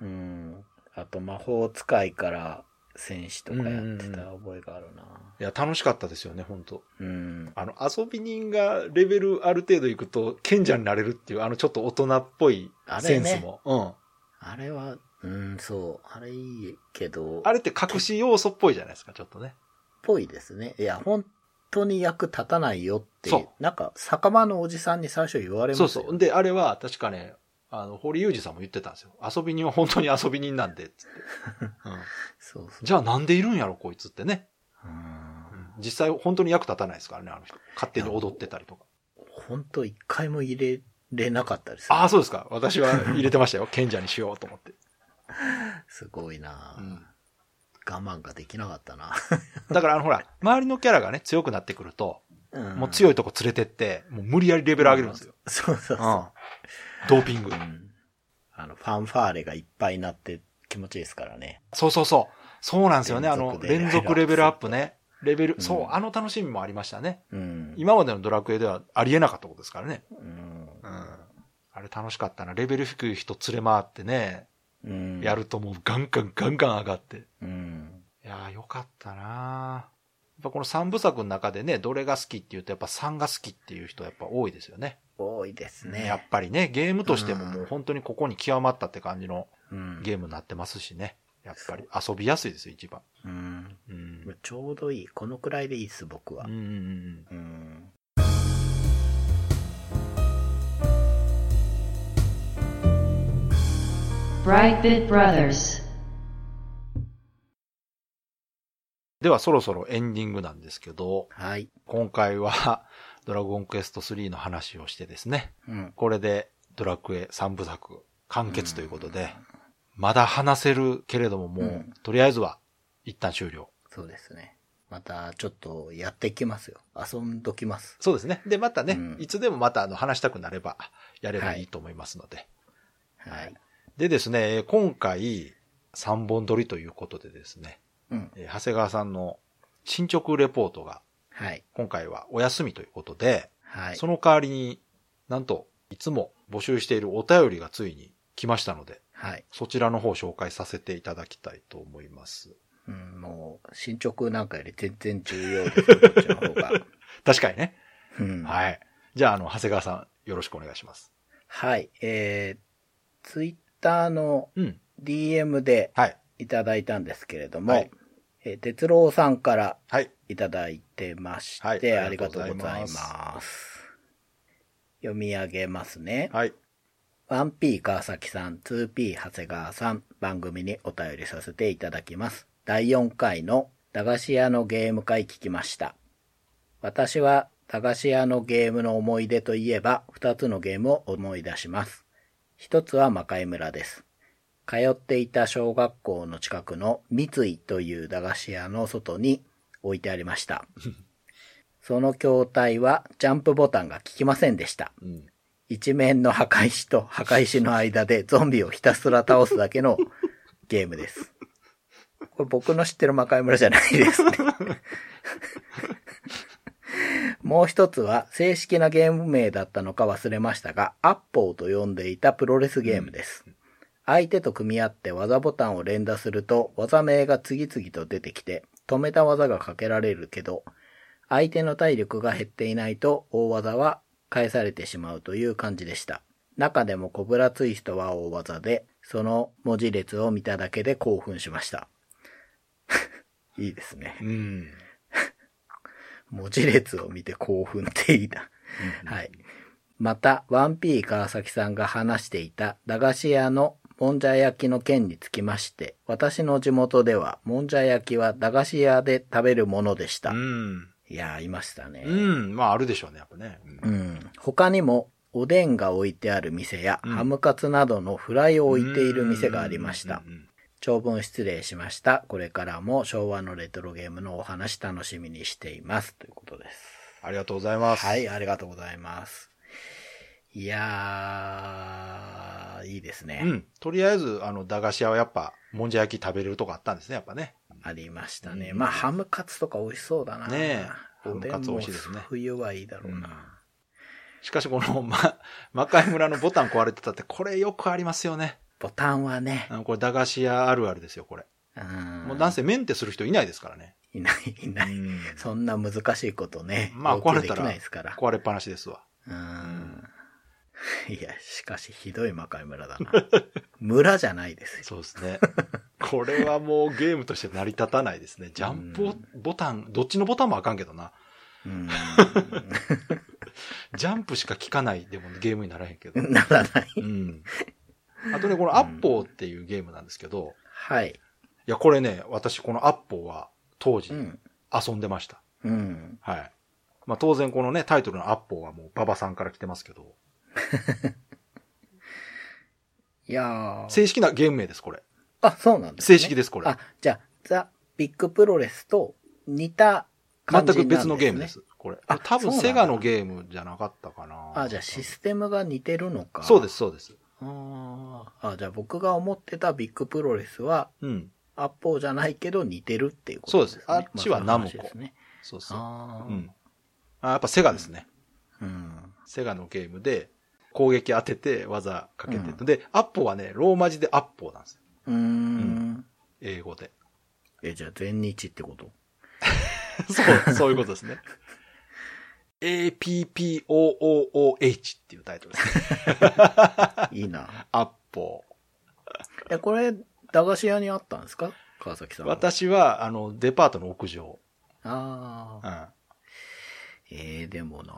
Speaker 3: うん。あと魔法使いから戦士とかやってた覚えがあるな。
Speaker 2: いや、楽しかったですよね、本当
Speaker 3: うん。
Speaker 2: あの、遊び人がレベルある程度いくと賢者になれるっていう、あのちょっと大人っぽい
Speaker 3: あれ
Speaker 2: セ
Speaker 3: ね
Speaker 2: ンスも。うん。
Speaker 3: あれは、うん、そう。あれいいけど、
Speaker 2: あれって隠し要素っぽいじゃないですか、ちょっとね。
Speaker 3: ぽいですね。いや、本当に役立たないよって
Speaker 2: そう、
Speaker 3: なんか、酒場のおじさんに最初言われ
Speaker 2: そ
Speaker 3: ま
Speaker 2: う
Speaker 3: すよね、
Speaker 2: そう。で、あれは確かね、あの、堀裕二さんも言ってたんですよ。遊び人は本当に遊び人なんで、 つって。うん、
Speaker 3: そうそう。
Speaker 2: じゃあなんでいるんやろ、こいつってね。
Speaker 3: うん
Speaker 2: 実際本当に役立たないですからね、あの人。勝手に踊ってたりとか。
Speaker 3: 本当一回も入れれなかったでする。
Speaker 2: ああ、そうですか。私は入れてましたよ。 賢者にしようと思って。
Speaker 3: すごいな、
Speaker 2: うん
Speaker 3: 我慢ができなかったな。
Speaker 2: だから、あの、ほら、周りのキャラがね、強くなってくると、
Speaker 3: う ん
Speaker 2: もう強いとこ連れてって、もう無理やりレベル上げるんですよ。
Speaker 3: そうそう
Speaker 2: う
Speaker 3: そ
Speaker 2: ん。ドーピング
Speaker 3: う。う。ん。あの、ファンファーレがいっぱいになって気持ちいいですからね。
Speaker 2: そうそうそう。そうなんですよね。あ
Speaker 3: 連続
Speaker 2: の、
Speaker 3: で
Speaker 2: 連続レベルアップね。レベル、
Speaker 3: うん
Speaker 2: そう、あの楽しみもありましたね。
Speaker 3: うん。
Speaker 2: 今までのドラクエではありえなかったことですからね。
Speaker 3: うん。
Speaker 2: うん。あれ楽しかったな。レベル低い人連れ回ってね、
Speaker 3: うん
Speaker 2: や。るともうガンガンガンガン上がって。
Speaker 3: うん。
Speaker 2: いやー、よかったなーやっぱこの3部作の中でね、どれが好きっていうと、やっぱ3が好きっていう人やっぱ多いですよね。
Speaker 3: 多いですね。
Speaker 2: やっぱりね、ゲームとしても
Speaker 3: うん
Speaker 2: もう本当にここに極まったって感じの
Speaker 3: うん。
Speaker 2: ゲームになってますしね。やっぱり遊びやすいですよ、一番。
Speaker 3: うん。
Speaker 2: うん。
Speaker 3: ちょうどいい。このくらいでいいっす、僕は
Speaker 2: うんうんう。ん。
Speaker 3: うん。
Speaker 1: Brightbit Brothers.
Speaker 2: では、そろそろエンディングなんですけど、
Speaker 3: はい。
Speaker 2: 今回は、 ドラゴンクエスト3の話をしてですね、
Speaker 3: うん。
Speaker 2: これでドラクエ3部作完結ということで、まだ話せるけれども、もう、
Speaker 3: うん
Speaker 2: とりあえずは、一旦終了。
Speaker 3: そうですね。また、ちょっと、やってきますよ。遊んどきます。
Speaker 2: そうですね。で、またね、
Speaker 3: うん
Speaker 2: いつでもまたあの話したくなれば、やればいいと思いますので。
Speaker 3: はい。
Speaker 2: でですね、えー今回、3本撮りということでですね、
Speaker 3: うん。
Speaker 2: えー長谷川さんの進捗レポートが、
Speaker 3: はい。
Speaker 2: 今回はお休みということで、
Speaker 3: はい。
Speaker 2: その代わりになんと、いつも募集しているお便りがついに来ましたので、
Speaker 3: はい。
Speaker 2: そちらの方紹介させていただきたいと思います。
Speaker 3: うん、もう、進捗なんかより全然重要ですよ、こっちの方が。
Speaker 2: 確かにね。
Speaker 3: うん。
Speaker 2: はい。じゃあ、あの、長谷川さん、よろしくお願いします。
Speaker 3: はい。えー、ツイッターの
Speaker 2: うん。
Speaker 3: DM で
Speaker 2: はい。
Speaker 3: いただいたんですけれども、
Speaker 2: はい
Speaker 3: えー哲郎さんから
Speaker 2: はい。
Speaker 3: いただいてまして、
Speaker 2: はい
Speaker 3: ありがとうございます。読み上げますね。
Speaker 2: はい。
Speaker 3: 1P 川崎さん、2P 長谷川さん、番組にお便りさせていただきます。第4回の駄菓子屋のゲーム会聞きました。私は駄菓子屋のゲームの思い出といえば2つのゲームを思い出します。一つは魔界村です。通っていた小学校の近くの三井という駄菓子屋の外に置いてありました。その筐体はジャンプボタンが効きませんでした。
Speaker 2: うん。
Speaker 3: 一面の墓石と墓石の間でゾンビをひたすら倒すだけのゲームです。これ僕の知ってる魔界村じゃないですね。もう一つは正式なゲーム名だったのか忘れましたが、アッポーと呼んでいたプロレスゲームです。相手と組み合って技ボタンを連打すると技名が次々と出てきて、止めた技がかけられるけど、相手の体力が減っていないと大技は返されてしまうという感じでした。中でもコブラツイストは大技で、その文字列を見ただけで興奮しました。 いいですね。
Speaker 2: うん。
Speaker 3: 文字列を見て興奮っていいな。はい。また、ワンピー川崎さんが話していた駄菓子屋のもんじゃ焼きの件につきまして、私の地元ではもんじゃ焼きは駄菓子屋で食べるものでした。
Speaker 2: うん。
Speaker 3: いやー、いましたね。
Speaker 2: うん。まあ、あるでしょうね、やっぱね。う
Speaker 3: うんん、他にもおでんが置いてある店や、
Speaker 2: うん
Speaker 3: ハムカツなどのフライを置いている店がありました
Speaker 2: うんうんうん
Speaker 3: 長文失礼しましたこれからも昭和のレトロゲームのお話楽しみにしていますということです
Speaker 2: ありがとうございます。
Speaker 3: はいありがとうございますいやーいいですね、
Speaker 2: うん。とりあえず、あの、駄菓子屋はやっぱ、もんじゃ焼き食べれるとこあったんですね、やっぱね。
Speaker 3: ありましたね、
Speaker 2: うん
Speaker 3: まあハムカツとか美味しそうだな
Speaker 2: ねえ
Speaker 3: おで
Speaker 2: ハムカ
Speaker 3: ん
Speaker 2: ツ美
Speaker 3: も
Speaker 2: 味しいですね
Speaker 3: 冬はいいだろうな、
Speaker 2: しかし、この、 ま、魔界村のボタン壊れてたって、これよくありますよね。
Speaker 3: ボタンはね
Speaker 2: あ、のこれ、駄菓子屋あるあるですよ、これ。
Speaker 3: うん、
Speaker 2: もう、なんせメンテする人いないですからね。
Speaker 3: いないいないそんな難しいことね。
Speaker 2: まあ
Speaker 3: 要求
Speaker 2: 壊れたら
Speaker 3: できないですから。
Speaker 2: 壊れっぱなしですわ。
Speaker 3: うーん。いや、しかしひどい魔界村だな。 村じゃないです よ。
Speaker 2: そうですね。これはもうゲームとして成り立たないですね。ジャンプボタン、どっちのボタンもあかんけどな。
Speaker 3: うーん。
Speaker 2: ジャンプしか効かないでもゲームにならへん けど。
Speaker 3: ならない。
Speaker 2: うん。 あとね、このアッポーっていうゲームなんですけど、
Speaker 3: はい。
Speaker 2: いや、これね、私このアッポーは当時
Speaker 3: うん。
Speaker 2: 遊んでました。
Speaker 3: うん。
Speaker 2: はい。まあ当然このね、タイトルのアッポーはもう馬場さんから来てますけど、
Speaker 3: いやー。
Speaker 2: 正式なゲーム名です、これ。
Speaker 3: あ、そうなんです、ね。
Speaker 2: 正式
Speaker 3: で。
Speaker 2: です、これ
Speaker 3: あ。、じゃあ、ザ・ビッグプロレスと似た
Speaker 2: 全
Speaker 3: 感じなんです、ね、
Speaker 2: く別のゲームで。す、これ。
Speaker 3: あ
Speaker 2: 多分
Speaker 3: そうなんだ
Speaker 2: セガのゲームじゃなかったかな。
Speaker 3: あ、じゃあシステムが似てるのか。
Speaker 2: そうです、
Speaker 3: す。
Speaker 2: そうです。
Speaker 3: あーあ、じゃあ僕が思ってたビッグプロレスは、
Speaker 2: うん。
Speaker 3: アッポーじゃないけど似てるっていうことです、ね。
Speaker 2: そうですあっちはナムコ
Speaker 3: まあその話ですね
Speaker 2: そうそう。
Speaker 3: あ
Speaker 2: う
Speaker 3: あ、うん
Speaker 2: ん。あ、やっぱセガですね。
Speaker 3: うん。
Speaker 2: セガのゲームで、攻撃当てて、技かけて、
Speaker 3: うん
Speaker 2: で、アッポーはね、ローマ字でアッポーなんですよ。
Speaker 3: うーん。
Speaker 2: 英語で。
Speaker 3: え、じゃあ全日ってこと
Speaker 2: そう、そういうことですね。APPOOOH っていうタイトルですね。
Speaker 3: いいな。
Speaker 2: アッポ
Speaker 3: え、これ、駄菓子屋にあったんですか川崎さんは。
Speaker 2: 私は、あの、デパートの屋上。
Speaker 3: あ
Speaker 2: う
Speaker 3: あ。
Speaker 2: ん。
Speaker 3: ええでもな。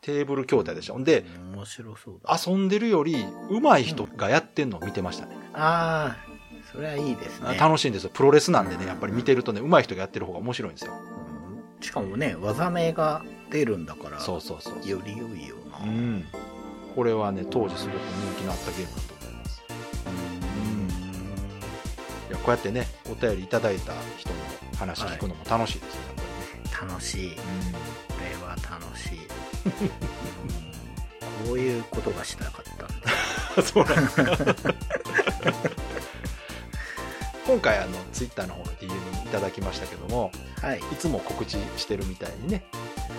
Speaker 2: テーブル兄弟でした。ほんで、
Speaker 3: 面白そうだ。
Speaker 2: 遊んでるより、上手い人がやってんのを見てましたね。
Speaker 3: ああ、それはいいですね。
Speaker 2: 楽しいんですよ。プロレスなんでね、やっぱり見てるとね、上手い人がやってる方が面白いんですよ。
Speaker 3: うんしかもね、技名が出るんだから、
Speaker 2: そうそうそう。
Speaker 3: より良いよな。
Speaker 2: う。ん。これはね、当時すごく人気のあったゲームだと思います。いや、こうやってね、お便りいただいた人の話聞くのも楽しいですよ、やっぱ
Speaker 3: 楽しい。こ
Speaker 2: りね
Speaker 3: れは楽しい。うんこういうことがしたかったんだ。
Speaker 2: そうなんですか 今回あのツイッターの方の DM いただきましたけども
Speaker 3: はい。
Speaker 2: いつも告知してるみたいにね、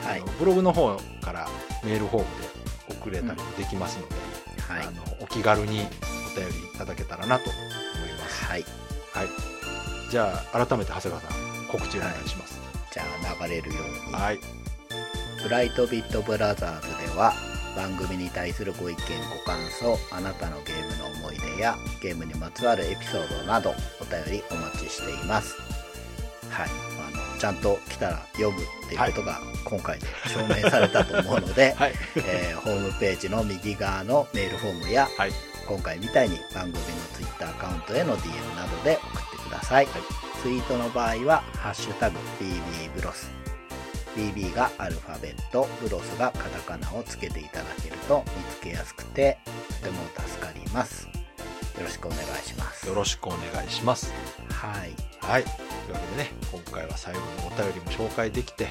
Speaker 3: は
Speaker 2: あ
Speaker 3: い
Speaker 2: の。ブログの方からメールフォームで送れたりもできますので、
Speaker 3: はい
Speaker 2: あ。のお気軽にお便りいただけたらなと思います、
Speaker 3: はい。
Speaker 2: じゃあ改めて長谷川さん告知お願いします
Speaker 3: じゃあ流れるように。
Speaker 2: はい、
Speaker 3: ブライトビットブラザーズでは番組に対するご意見ご感想あなたのゲームの思い出やゲームにまつわるエピソードなどお便りお待ちしていますはいあのちゃんと来たら読むっていうことが今回で証明されたと思うので、
Speaker 2: はい
Speaker 3: えーホームページの右側のメールフォームや
Speaker 2: はい
Speaker 3: 今回みたいに番組の Twitter アカウントへの DM などで送ってください、ツイートの場合は「ハッシュタグ #BB ブロス」BB がアルファベットブロスがカタカナをつけていただけると見つけやすくてとても助かりますよろしくお願いします
Speaker 2: よろしくお願いします
Speaker 3: はい
Speaker 2: はいというわけでね今回は最後にお便りも紹介できて、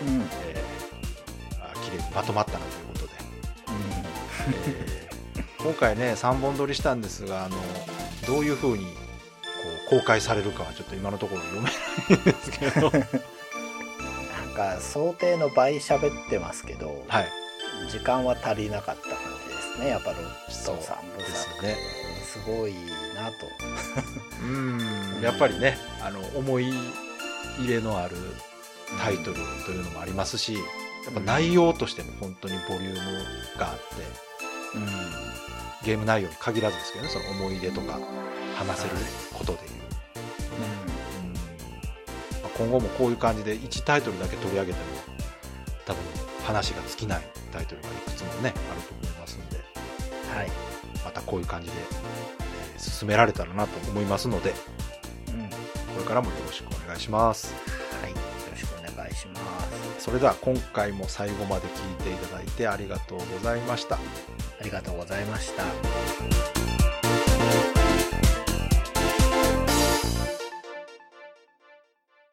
Speaker 3: うん、うん、
Speaker 2: えー、あー綺麗にまとまったなということでえー 今回ね3本撮りしたんですがあのどういう風にこう公開されるかはちょっと今のところ読めないんですけど
Speaker 3: なんか想定の倍喋ってますけど、
Speaker 2: はい
Speaker 3: 時間は足りなかった感じですねやっぱロッ
Speaker 2: そう
Speaker 3: トさんブ
Speaker 2: で
Speaker 3: さ
Speaker 2: すね
Speaker 3: んすごいなと
Speaker 2: うーんやっぱりねあの思い入れのあるタイトルというのもありますしやっぱ内容としても本当にボリュームがあって
Speaker 3: うん
Speaker 2: ゲーム内容に限らずですけどねその思い出とか話せることでいう、うんまあ今後もこういう感じで1タイトルだけ取り上げても多分話が尽きないタイトルがいくつもねあると思いますので
Speaker 3: うんはい、
Speaker 2: またこういう感じで、えー進められたらなと思いますので
Speaker 3: うん、はいよ
Speaker 2: これからもよろしくお願いします
Speaker 3: ろしくお願いします
Speaker 2: それでは今回も最後まで聞いていただいてありがとうございました
Speaker 3: ありがとうございました